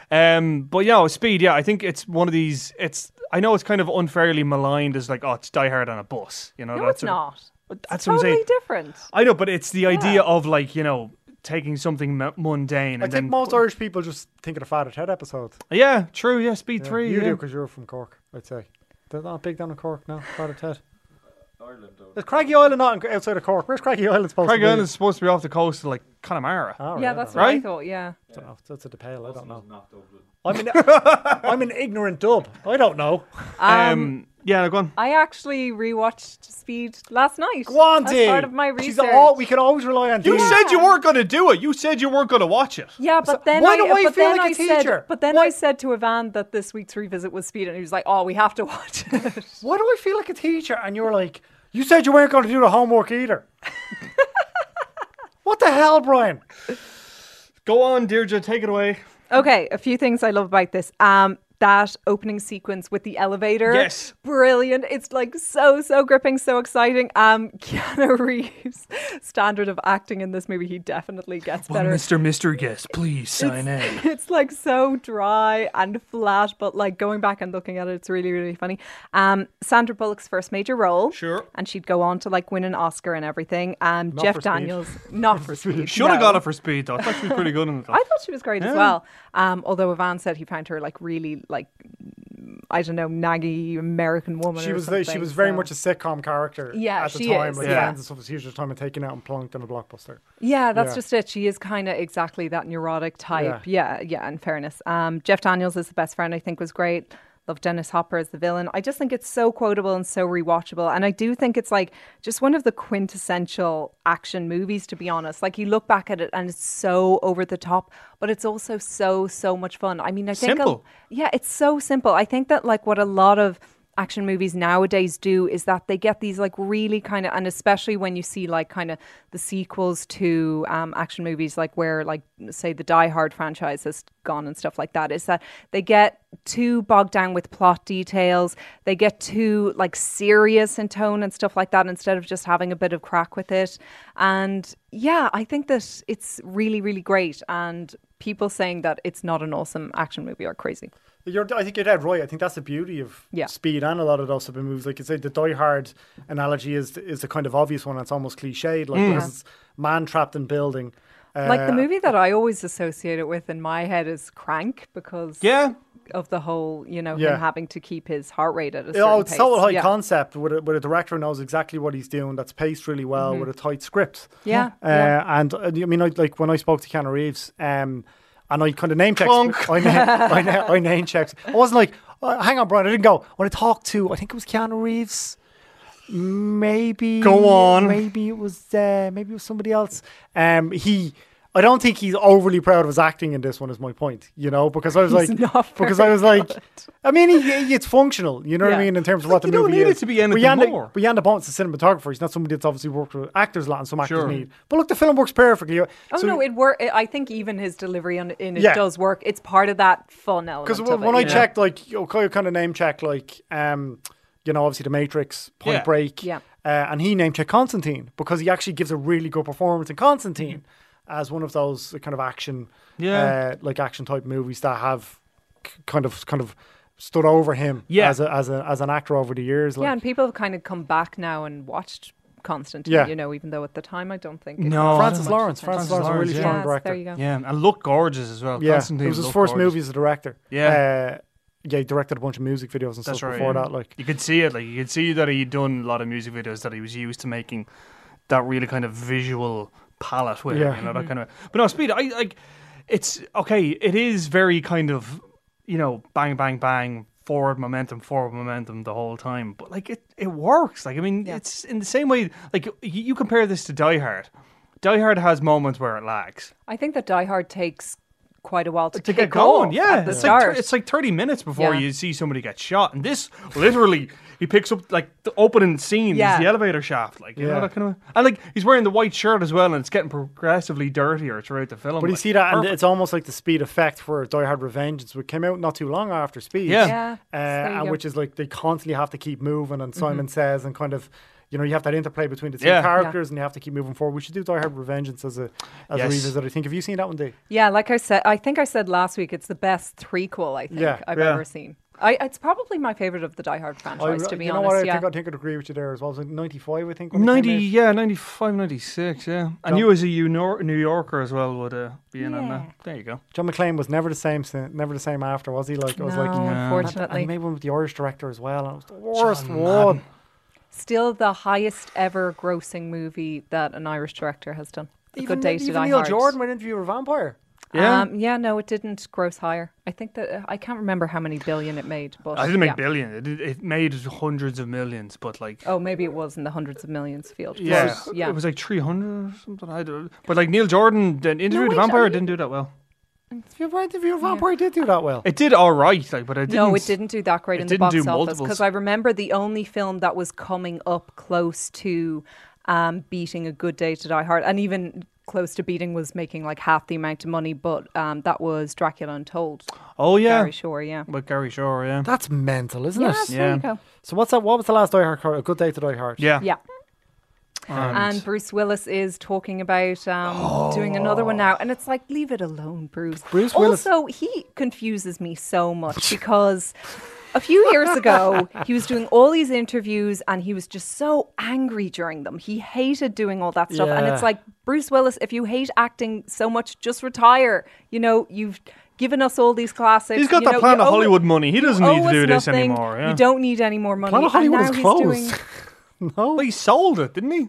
[SPEAKER 4] Um, but yeah, with Speed. Yeah, I think it's one of these. It's I know it's kind of unfairly maligned as like, oh, it's Die Hard on a bus. You know,
[SPEAKER 5] No, it's
[SPEAKER 4] that's what-
[SPEAKER 5] not.
[SPEAKER 4] That's what I'm
[SPEAKER 5] totally
[SPEAKER 4] saying.
[SPEAKER 5] different.
[SPEAKER 4] I know, but it's the idea of like you know taking something mu- mundane
[SPEAKER 3] I
[SPEAKER 4] and then
[SPEAKER 3] think most Irish people just think of the Father Ted episode.
[SPEAKER 4] yeah, true. Yeah, Speed
[SPEAKER 3] Yeah,
[SPEAKER 4] three.
[SPEAKER 3] You do
[SPEAKER 4] yeah.
[SPEAKER 3] do because you're from Cork, I'd say. They're not big down in Cork now, Father Ted.
[SPEAKER 1] Ireland, though.
[SPEAKER 3] Is Craggy Island not in- outside of Cork? Where's Craggy Island supposed
[SPEAKER 4] Craig
[SPEAKER 3] to be?
[SPEAKER 4] Island's supposed to be off the coast of like Connemara.
[SPEAKER 3] Oh,
[SPEAKER 5] yeah,
[SPEAKER 3] right,
[SPEAKER 5] that's
[SPEAKER 3] I
[SPEAKER 5] what I
[SPEAKER 4] Right?
[SPEAKER 5] thought. Yeah.
[SPEAKER 3] don't know. That's a DePale, I
[SPEAKER 1] Also
[SPEAKER 3] don't know.
[SPEAKER 1] was Not Dublin.
[SPEAKER 3] I'm an, I'm an ignorant dub. I don't know.
[SPEAKER 4] Um, yeah, go on.
[SPEAKER 5] I actually rewatched Speed last night.
[SPEAKER 3] Go on,
[SPEAKER 5] as
[SPEAKER 3] Dee.
[SPEAKER 5] part of my research.
[SPEAKER 3] She's all, we can always rely on
[SPEAKER 4] You
[SPEAKER 3] Dee.
[SPEAKER 4] said you weren't going to do it. You said you weren't going to watch it.
[SPEAKER 5] yeah, but then
[SPEAKER 3] why
[SPEAKER 5] I,
[SPEAKER 3] do I
[SPEAKER 5] but
[SPEAKER 3] feel
[SPEAKER 5] then
[SPEAKER 3] like a
[SPEAKER 5] I said,
[SPEAKER 3] teacher?
[SPEAKER 5] But then
[SPEAKER 3] Why-
[SPEAKER 5] I said to Ivan that this week's revisit was Speed, and he was like, "Oh, we have to watch it."
[SPEAKER 3] Why do I feel like a teacher? And you're like, you said you weren't going to do the homework either. what the hell, Brian?
[SPEAKER 4] Go on, Deirdre, take it away.
[SPEAKER 5] Okay, a few things I love about this. Um, that opening sequence with the elevator.
[SPEAKER 4] Yes.
[SPEAKER 5] Brilliant. It's like so, so gripping, so exciting. Um, Keanu Reeves' standard of acting in this movie, he definitely gets better.
[SPEAKER 4] Mr. Mystery Guest, please sign in.
[SPEAKER 5] It's like so dry and flat, but like going back and looking at it, it's really, really funny. Um, Sandra Bullock's first major role.
[SPEAKER 4] Sure.
[SPEAKER 5] And she'd go on to like win an Oscar and everything. Um,
[SPEAKER 3] Not
[SPEAKER 5] Jeff
[SPEAKER 3] for Speed.
[SPEAKER 5] Daniels, not for speed.
[SPEAKER 4] Should have
[SPEAKER 5] no.
[SPEAKER 4] got it for Speed though. I thought she was pretty good in it. Though.
[SPEAKER 5] I thought she was great as well. Um, although Ivan said he found her like really like I don't know naggy American woman.
[SPEAKER 3] She
[SPEAKER 5] or
[SPEAKER 3] was the- she
[SPEAKER 5] something,
[SPEAKER 3] was very
[SPEAKER 5] so-
[SPEAKER 3] much a sitcom character
[SPEAKER 5] Yeah,
[SPEAKER 3] at the
[SPEAKER 5] she
[SPEAKER 3] time.
[SPEAKER 5] is,
[SPEAKER 3] Like
[SPEAKER 5] yeah.
[SPEAKER 3] Friends and stuff was huge at the time and taken out and plunked in a blockbuster.
[SPEAKER 5] yeah. That's
[SPEAKER 3] yeah.
[SPEAKER 5] just it. She is kind of exactly that neurotic type. Yeah, yeah. in fairness, um, Jeff Daniels is the best friend. I think was great. Love Dennis Hopper as the villain. I just think it's so quotable and so rewatchable. And I do think it's like just one of the quintessential action movies, to be honest. Like you look back at it and it's so over the top, but it's also so, so much fun. I mean, I think a-
[SPEAKER 4] Simple.
[SPEAKER 5] Yeah, it's so simple. I think that like what a lot of action movies nowadays do is that they get these like really kind of and especially when you see like kind of the sequels to um, action movies like where like say the Die Hard franchise has gone and stuff like that is that they get too bogged down with plot details they get too like serious in tone and stuff like that instead of just having a bit of crack with it and yeah I think that it's really really great and people saying that it's not an awesome action movie are crazy.
[SPEAKER 3] You're, I think you're dead right. I think that's the beauty of
[SPEAKER 5] Yeah.
[SPEAKER 3] speed and a lot of those type of movies. Like you say, the Die Hard analogy is is the kind of obvious one. It's almost cliched. Like there's this man trapped in building. Uh,
[SPEAKER 5] Mm. Like the movie that I always associate it with in my head is Crank because
[SPEAKER 4] yeah,
[SPEAKER 5] of the whole, you know,
[SPEAKER 3] Yeah.
[SPEAKER 5] him having to keep his heart rate at a certain
[SPEAKER 3] Oh, it's
[SPEAKER 5] pace.
[SPEAKER 3] total high
[SPEAKER 5] yeah.
[SPEAKER 3] concept with a, with a director who knows exactly what he's doing. That's paced really well with a tight script.
[SPEAKER 5] Mm-hmm. Yeah,
[SPEAKER 3] Uh,
[SPEAKER 5] yeah.
[SPEAKER 3] And uh, I mean, I, like when I spoke to Keanu Reeves, um, and I kind of name checked. I, na- I, na- I name checked. I wasn't like, "Oh, hang on, Brian. I didn't go. When I talked to, I think it was Keanu Reeves. Maybe
[SPEAKER 4] Go on.
[SPEAKER 3] Maybe it was uh, maybe it was somebody else. Um, he. I don't think he's overly proud of his acting in this one. Is my point, you know? Because I was
[SPEAKER 5] He's
[SPEAKER 3] like,
[SPEAKER 5] not
[SPEAKER 3] because I
[SPEAKER 5] very
[SPEAKER 3] was like, I mean, he, he- it's functional. You know what I
[SPEAKER 5] Yeah.
[SPEAKER 3] mean in terms of what
[SPEAKER 4] you
[SPEAKER 3] the
[SPEAKER 4] don't
[SPEAKER 3] movie
[SPEAKER 4] need
[SPEAKER 3] is.
[SPEAKER 4] it to be
[SPEAKER 3] But
[SPEAKER 4] anything
[SPEAKER 3] Jan de-
[SPEAKER 4] more.
[SPEAKER 3] But Jan de Bont's a cinematographer. He's not somebody that's obviously worked with actors a lot, and some actors
[SPEAKER 4] Sure.
[SPEAKER 3] need. But look, the film works perfectly.
[SPEAKER 5] Oh no, it work. I think even his delivery on, in it
[SPEAKER 3] Yeah.
[SPEAKER 5] does work. It's part of that fun element.
[SPEAKER 3] because
[SPEAKER 5] of
[SPEAKER 3] when,
[SPEAKER 5] it,
[SPEAKER 3] when I
[SPEAKER 5] you know?
[SPEAKER 3] checked, like, okay, kind of name check, like, um, you know, obviously the Matrix, Point
[SPEAKER 4] Yeah.
[SPEAKER 3] Break,
[SPEAKER 5] Yeah.
[SPEAKER 3] uh, and he name checked Constantine because he actually gives a really good performance in Constantine as one of those uh, kind of action,
[SPEAKER 4] Yeah.
[SPEAKER 3] uh, like action type movies that have k- kind of kind of stood over him
[SPEAKER 4] Yeah.
[SPEAKER 3] as a, as a, as an actor over the years. Like,
[SPEAKER 5] yeah, and people have kind of come back now and watched Constantine,
[SPEAKER 3] Yeah.
[SPEAKER 5] you know, even though at the time I don't think. it-
[SPEAKER 4] No, I
[SPEAKER 3] Francis
[SPEAKER 4] don't like-
[SPEAKER 3] Lawrence. Francis,
[SPEAKER 4] Francis
[SPEAKER 3] Lawrence, a really
[SPEAKER 4] Lawrence,
[SPEAKER 3] strong
[SPEAKER 5] Yes,
[SPEAKER 3] director.
[SPEAKER 5] There you go.
[SPEAKER 4] Yeah, and looked gorgeous as well.
[SPEAKER 3] Yeah,
[SPEAKER 4] Constantine
[SPEAKER 3] it was his
[SPEAKER 4] looked
[SPEAKER 3] first
[SPEAKER 4] gorgeous.
[SPEAKER 3] movie as a director.
[SPEAKER 4] Yeah.
[SPEAKER 3] uh, yeah, he directed a bunch of music videos and
[SPEAKER 4] That's
[SPEAKER 3] stuff
[SPEAKER 4] right,
[SPEAKER 3] before
[SPEAKER 4] yeah.
[SPEAKER 3] that. Like,
[SPEAKER 4] You could see it, like you could see that he'd done a lot of music videos that he was used to making that really kind of visual palette with,
[SPEAKER 3] Yeah.
[SPEAKER 4] you know, that kind of. But no, Speed, I like. It's okay. It is very kind of, you know, bang, bang, bang, forward momentum, forward momentum the whole time. But like it, it works. Like I mean, it's in the same way. Like you, you compare this to Die Hard. Die Hard has moments where it lags
[SPEAKER 5] I think that Die Hard takes quite a while to,
[SPEAKER 4] to get
[SPEAKER 5] kick
[SPEAKER 4] going.
[SPEAKER 5] off
[SPEAKER 4] yeah,
[SPEAKER 5] at the
[SPEAKER 4] it's like,
[SPEAKER 5] start.
[SPEAKER 4] thir- it's like thirty minutes before
[SPEAKER 5] Yeah.
[SPEAKER 4] you see somebody get shot, and this literally he picks up like the opening scene
[SPEAKER 5] Yeah.
[SPEAKER 4] is the elevator shaft, like you
[SPEAKER 3] Yeah.
[SPEAKER 4] know that kind of. And like he's wearing the white shirt as well, and it's getting progressively dirtier throughout the film.
[SPEAKER 3] but you
[SPEAKER 4] like,
[SPEAKER 3] see that, and
[SPEAKER 4] perfect.
[SPEAKER 3] it's almost like the Speed effect for Die Hard Revengeance, which came out not too long after Speed.
[SPEAKER 4] Yeah. Mm-hmm.
[SPEAKER 5] Yeah,
[SPEAKER 3] uh,
[SPEAKER 5] there you
[SPEAKER 3] and
[SPEAKER 5] go.
[SPEAKER 3] which is like they constantly have to keep moving. And Simon says, and kind of, you know, you have that interplay between the two
[SPEAKER 4] Yeah. Yeah.
[SPEAKER 3] characters, and you have to keep moving forward. We should do Die Hard Revengeance as a as a
[SPEAKER 4] Yes.
[SPEAKER 3] revisit. I think. Have you seen that one, Dave?
[SPEAKER 5] Yeah, like I said, I think I said last week, it's the best threequel I think
[SPEAKER 3] Yeah,
[SPEAKER 5] I've
[SPEAKER 4] yeah.
[SPEAKER 5] ever seen. I, it's probably my favorite of the Die Hard franchise,
[SPEAKER 3] I-
[SPEAKER 5] to be
[SPEAKER 3] you know
[SPEAKER 5] honest.
[SPEAKER 3] what? I
[SPEAKER 5] yeah.
[SPEAKER 3] think I think I'd agree with you there as well. It was like '95, I think. when it came out.
[SPEAKER 4] 90, yeah, 95, 96, yeah. And you as a U- Nor- New Yorker as well would uh, be in on that. There you go.
[SPEAKER 3] John McClane was never the same. sin- Never the same after, was he? Like it was like.
[SPEAKER 5] No,
[SPEAKER 3] and
[SPEAKER 5] unfortunately.
[SPEAKER 3] He made one with the Irish director as well, and it was the worst one.
[SPEAKER 5] Still the highest ever grossing movie that an Irish director has done. A Good Day to
[SPEAKER 3] even
[SPEAKER 5] Die
[SPEAKER 3] Neil
[SPEAKER 5] Hard.
[SPEAKER 3] Jordan went interview with a vampire.
[SPEAKER 4] Yeah.
[SPEAKER 5] Um, yeah, no, it didn't gross higher. I think that uh, I can't remember how many billion it made, but
[SPEAKER 4] I didn't make
[SPEAKER 5] yeah.
[SPEAKER 4] billion. It, did- it made hundreds of millions, but like.
[SPEAKER 5] Oh, maybe it was in the hundreds of millions field. but
[SPEAKER 4] Yeah,
[SPEAKER 5] yeah.
[SPEAKER 4] it was like 300 or something. I don't, but like Neil Jordan, then Interview
[SPEAKER 5] No,
[SPEAKER 4] with the
[SPEAKER 5] wait, are
[SPEAKER 4] Vampire
[SPEAKER 5] you-
[SPEAKER 4] didn't do that well.
[SPEAKER 3] Interview with a vampire did do that well.
[SPEAKER 4] It did all right, like, but it didn't.
[SPEAKER 5] no, it didn't do that great
[SPEAKER 4] it
[SPEAKER 5] in the
[SPEAKER 4] didn't
[SPEAKER 5] box
[SPEAKER 4] do
[SPEAKER 5] office
[SPEAKER 4] multiples.
[SPEAKER 5] because I remember the only film that was coming up close to um, beating A Good Day to Die Hard, and even close to beating was making like half the amount of money, but um, that was Dracula Untold.
[SPEAKER 4] Oh yeah,
[SPEAKER 5] Gary Shore, yeah.
[SPEAKER 4] But Gary Shore, yeah.
[SPEAKER 3] That's mental, isn't
[SPEAKER 5] Yes,
[SPEAKER 3] it?
[SPEAKER 5] there
[SPEAKER 4] Yeah.
[SPEAKER 5] you go.
[SPEAKER 3] So what's that? What was the last Die Hard? Car- a good day to Die Hard.
[SPEAKER 4] Yeah.
[SPEAKER 5] Yeah. And Bruce Willis is talking about um, doing another one now, and it's like, leave it alone, Bruce.
[SPEAKER 3] Bruce Willis-
[SPEAKER 5] Also, he confuses me so much because a few years ago he was doing all these interviews and he was just so angry during them. He hated doing all that stuff, and it's
[SPEAKER 3] Yeah.
[SPEAKER 5] like, Bruce Willis, if you hate acting so much, just retire. You know, you've given us all these classics.
[SPEAKER 4] He's got
[SPEAKER 5] you
[SPEAKER 4] the
[SPEAKER 5] know,
[SPEAKER 4] plan
[SPEAKER 5] you
[SPEAKER 4] of
[SPEAKER 5] owe-
[SPEAKER 4] Hollywood money. He doesn't
[SPEAKER 5] you
[SPEAKER 4] need to
[SPEAKER 5] owe us
[SPEAKER 4] do this
[SPEAKER 5] nothing.
[SPEAKER 4] anymore, yeah.
[SPEAKER 5] You don't need any more money.
[SPEAKER 3] Planet
[SPEAKER 5] and
[SPEAKER 3] Hollywood
[SPEAKER 5] now
[SPEAKER 3] is
[SPEAKER 5] he's
[SPEAKER 3] closed.
[SPEAKER 5] doing-
[SPEAKER 3] no.
[SPEAKER 4] But he sold it, didn't he?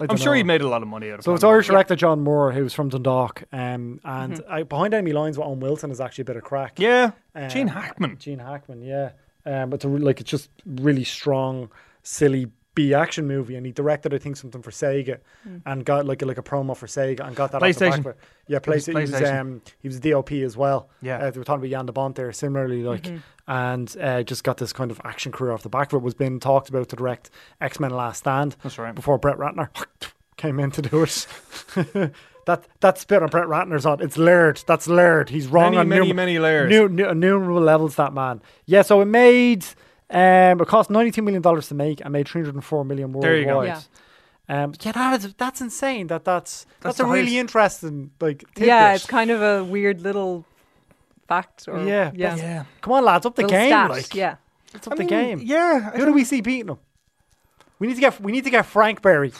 [SPEAKER 4] I'm
[SPEAKER 3] don't
[SPEAKER 4] sure he
[SPEAKER 3] know.
[SPEAKER 4] made a lot of money out of it.
[SPEAKER 3] So it's Irish director John Moore, who's from Dundalk, um, and
[SPEAKER 5] Mm-hmm.
[SPEAKER 3] I, behind enemy lines with Owen Wilson is actually a bit of crack.
[SPEAKER 4] Yeah.
[SPEAKER 3] Um,
[SPEAKER 4] Gene Hackman.
[SPEAKER 3] Gene Hackman, yeah. Um, it's a, re- like it's just really strong, silly B action movie, and he directed I think something for Sega, and got like a, like a promo for Sega, and got that off the back
[SPEAKER 4] PlayStation.
[SPEAKER 3] of it. Yeah, PlayStation. He was,
[SPEAKER 4] PlayStation.
[SPEAKER 3] um, he was DOP as well.
[SPEAKER 4] Yeah.
[SPEAKER 3] uh, they were talking about Jan de Bont there, similarly like, and uh, just got this kind of action career off the back of it. Was being talked about to direct X Men: Last Stand.
[SPEAKER 4] That's right.
[SPEAKER 3] Before Brett Ratner came in to do it. That, that spit on Brett Ratner's on it's layered. That's layered. He's wrong
[SPEAKER 4] Many,
[SPEAKER 3] on
[SPEAKER 4] many,
[SPEAKER 3] numer-
[SPEAKER 4] many layers.
[SPEAKER 3] nu- nu- innumerable levels that man. Yeah, so it made um it cost 92 million dollars to make and made 304 million worldwide.
[SPEAKER 4] There you go.
[SPEAKER 3] Um yeah, that is, that's insane that that's that's,
[SPEAKER 4] the
[SPEAKER 3] a really
[SPEAKER 4] highest-
[SPEAKER 3] interesting like tidbit.
[SPEAKER 5] Yeah, it's kind of a weird little fact. Or,
[SPEAKER 3] Yeah,
[SPEAKER 5] yeah,
[SPEAKER 3] that's- Come on lads, up the
[SPEAKER 5] Little
[SPEAKER 3] game
[SPEAKER 5] stat,
[SPEAKER 3] like.
[SPEAKER 5] yeah.
[SPEAKER 3] It's up
[SPEAKER 4] I
[SPEAKER 3] the
[SPEAKER 4] mean,
[SPEAKER 3] game.
[SPEAKER 4] Yeah. I
[SPEAKER 3] Who do we see beating them? We need to get we need to get Frank Berry.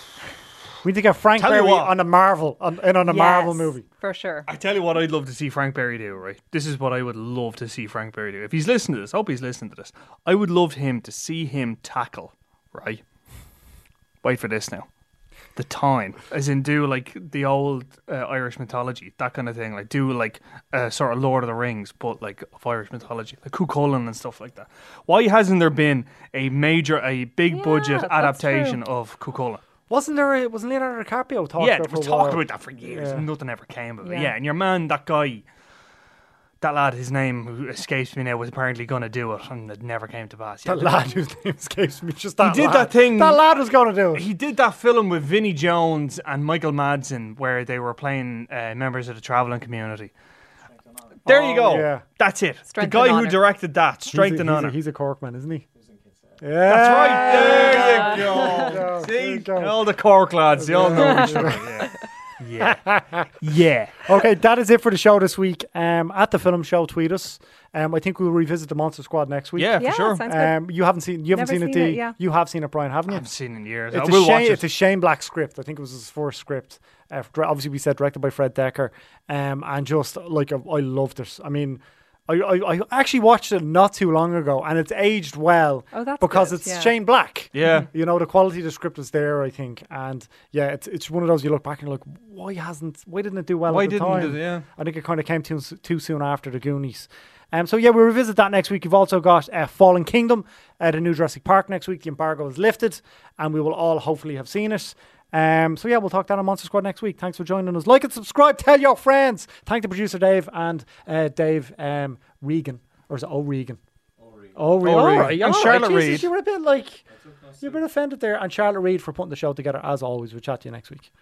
[SPEAKER 3] We need to get Frank
[SPEAKER 4] Tell you
[SPEAKER 3] Berry
[SPEAKER 4] what.
[SPEAKER 3] on a Marvel on, and on a Marvel
[SPEAKER 5] Yes,
[SPEAKER 3] movie.
[SPEAKER 5] for sure.
[SPEAKER 4] I tell you what, I'd love to see Frank Berry do, right? This is what I would love to see Frank Berry do. If he's listening to this, I hope he's listening to this. I would love him to see him tackle, right? Wait for this now. The time, as in do like the old uh, Irish mythology, that kind of thing. Like do like uh, sort of Lord of the Rings, but like of Irish mythology, like Cuchulainn and stuff like that. Why hasn't there been a major, a big
[SPEAKER 5] Yeah,
[SPEAKER 4] budget
[SPEAKER 5] that's
[SPEAKER 4] adaptation of Cuchulainn?
[SPEAKER 3] Wasn't there? A, wasn't Leonardo DiCaprio talked
[SPEAKER 4] yeah,
[SPEAKER 3] about
[SPEAKER 4] they
[SPEAKER 3] for
[SPEAKER 4] was
[SPEAKER 3] a while?
[SPEAKER 4] talking about that for years.
[SPEAKER 3] Yeah.
[SPEAKER 4] and Nothing ever came of it.
[SPEAKER 5] Yeah.
[SPEAKER 4] Yeah, and your man, that guy, that lad, his name who escapes me now, was apparently going to do it, and it never came to pass. Yeah,
[SPEAKER 3] That lad whose name escapes me. Just that
[SPEAKER 4] did
[SPEAKER 3] lad.
[SPEAKER 4] that thing-
[SPEAKER 3] That lad was going to do it.
[SPEAKER 4] He did that film with Vinnie Jones and Michael Madsen, where they were playing uh, members of the traveling community. There you
[SPEAKER 3] Oh,
[SPEAKER 4] go.
[SPEAKER 3] yeah.
[SPEAKER 4] That's it.
[SPEAKER 5] Strength
[SPEAKER 4] the guy
[SPEAKER 5] and
[SPEAKER 4] who
[SPEAKER 5] Honour.
[SPEAKER 4] directed that, Strength
[SPEAKER 3] he's a,
[SPEAKER 4] and
[SPEAKER 3] he's
[SPEAKER 4] Honor.
[SPEAKER 3] A, he's a Corkman, isn't he? Yeah.
[SPEAKER 4] That's right. There you go.
[SPEAKER 3] There you
[SPEAKER 4] See,
[SPEAKER 3] go.
[SPEAKER 4] all the cork lads, they all know each other. Yeah. Yeah. yeah.
[SPEAKER 3] Okay, that is it for the show this week. Um, at the film show, tweet us. Um, I think we'll revisit the Monster Squad next week.
[SPEAKER 4] Yeah, for
[SPEAKER 5] Yeah,
[SPEAKER 4] sure.
[SPEAKER 5] sounds good.
[SPEAKER 3] Um, you haven't seen you haven't
[SPEAKER 5] Never
[SPEAKER 3] seen,
[SPEAKER 5] seen
[SPEAKER 3] it,
[SPEAKER 5] it,
[SPEAKER 3] D.
[SPEAKER 5] yeah.
[SPEAKER 3] You have seen it, Brian, haven't
[SPEAKER 4] I
[SPEAKER 3] you?
[SPEAKER 4] haven't seen it in years.
[SPEAKER 3] It's
[SPEAKER 4] I
[SPEAKER 3] a
[SPEAKER 4] will
[SPEAKER 3] Shane,
[SPEAKER 4] watch it.
[SPEAKER 3] It's a Shane Black script. I think it was his first script. Uh, dir- obviously, we said directed by Fred Decker, um, and just like I I loved it. I mean. I, I, I actually watched it not too long ago, and it's aged well
[SPEAKER 5] Oh, that's
[SPEAKER 3] because
[SPEAKER 5] good,
[SPEAKER 3] it's
[SPEAKER 5] yeah.
[SPEAKER 3] Shane Black. Mm-hmm.
[SPEAKER 4] Yeah.
[SPEAKER 3] you know the quality of the script is there, I think, and yeah, it's it's one of those you look back and you're like, why hasn't, why didn't it do well?
[SPEAKER 4] Why
[SPEAKER 3] at the
[SPEAKER 4] didn't it,
[SPEAKER 3] time?
[SPEAKER 4] yeah.
[SPEAKER 3] I think it kind of came too, too soon after the Goonies. Um, so yeah, we'll revisit that next week. You've also got uh, Fallen Kingdom at a new Jurassic Park next week. The embargo is lifted, and we will all hopefully have seen it. Um, so yeah, we'll talk that on Monster Squad next week. Thanks for joining us. Like and subscribe. Tell your friends. Thank the producer Dave and uh, Dave um, Regan, or is it O'Regan? O'Regan.
[SPEAKER 4] O'Regan.
[SPEAKER 3] All right.
[SPEAKER 4] And
[SPEAKER 3] all
[SPEAKER 4] Charlotte
[SPEAKER 3] Jesus,
[SPEAKER 4] Reed.
[SPEAKER 3] You were a bit like you were a bit offended there, and Charlotte Reed for putting the show together as always. We'll chat to you next week.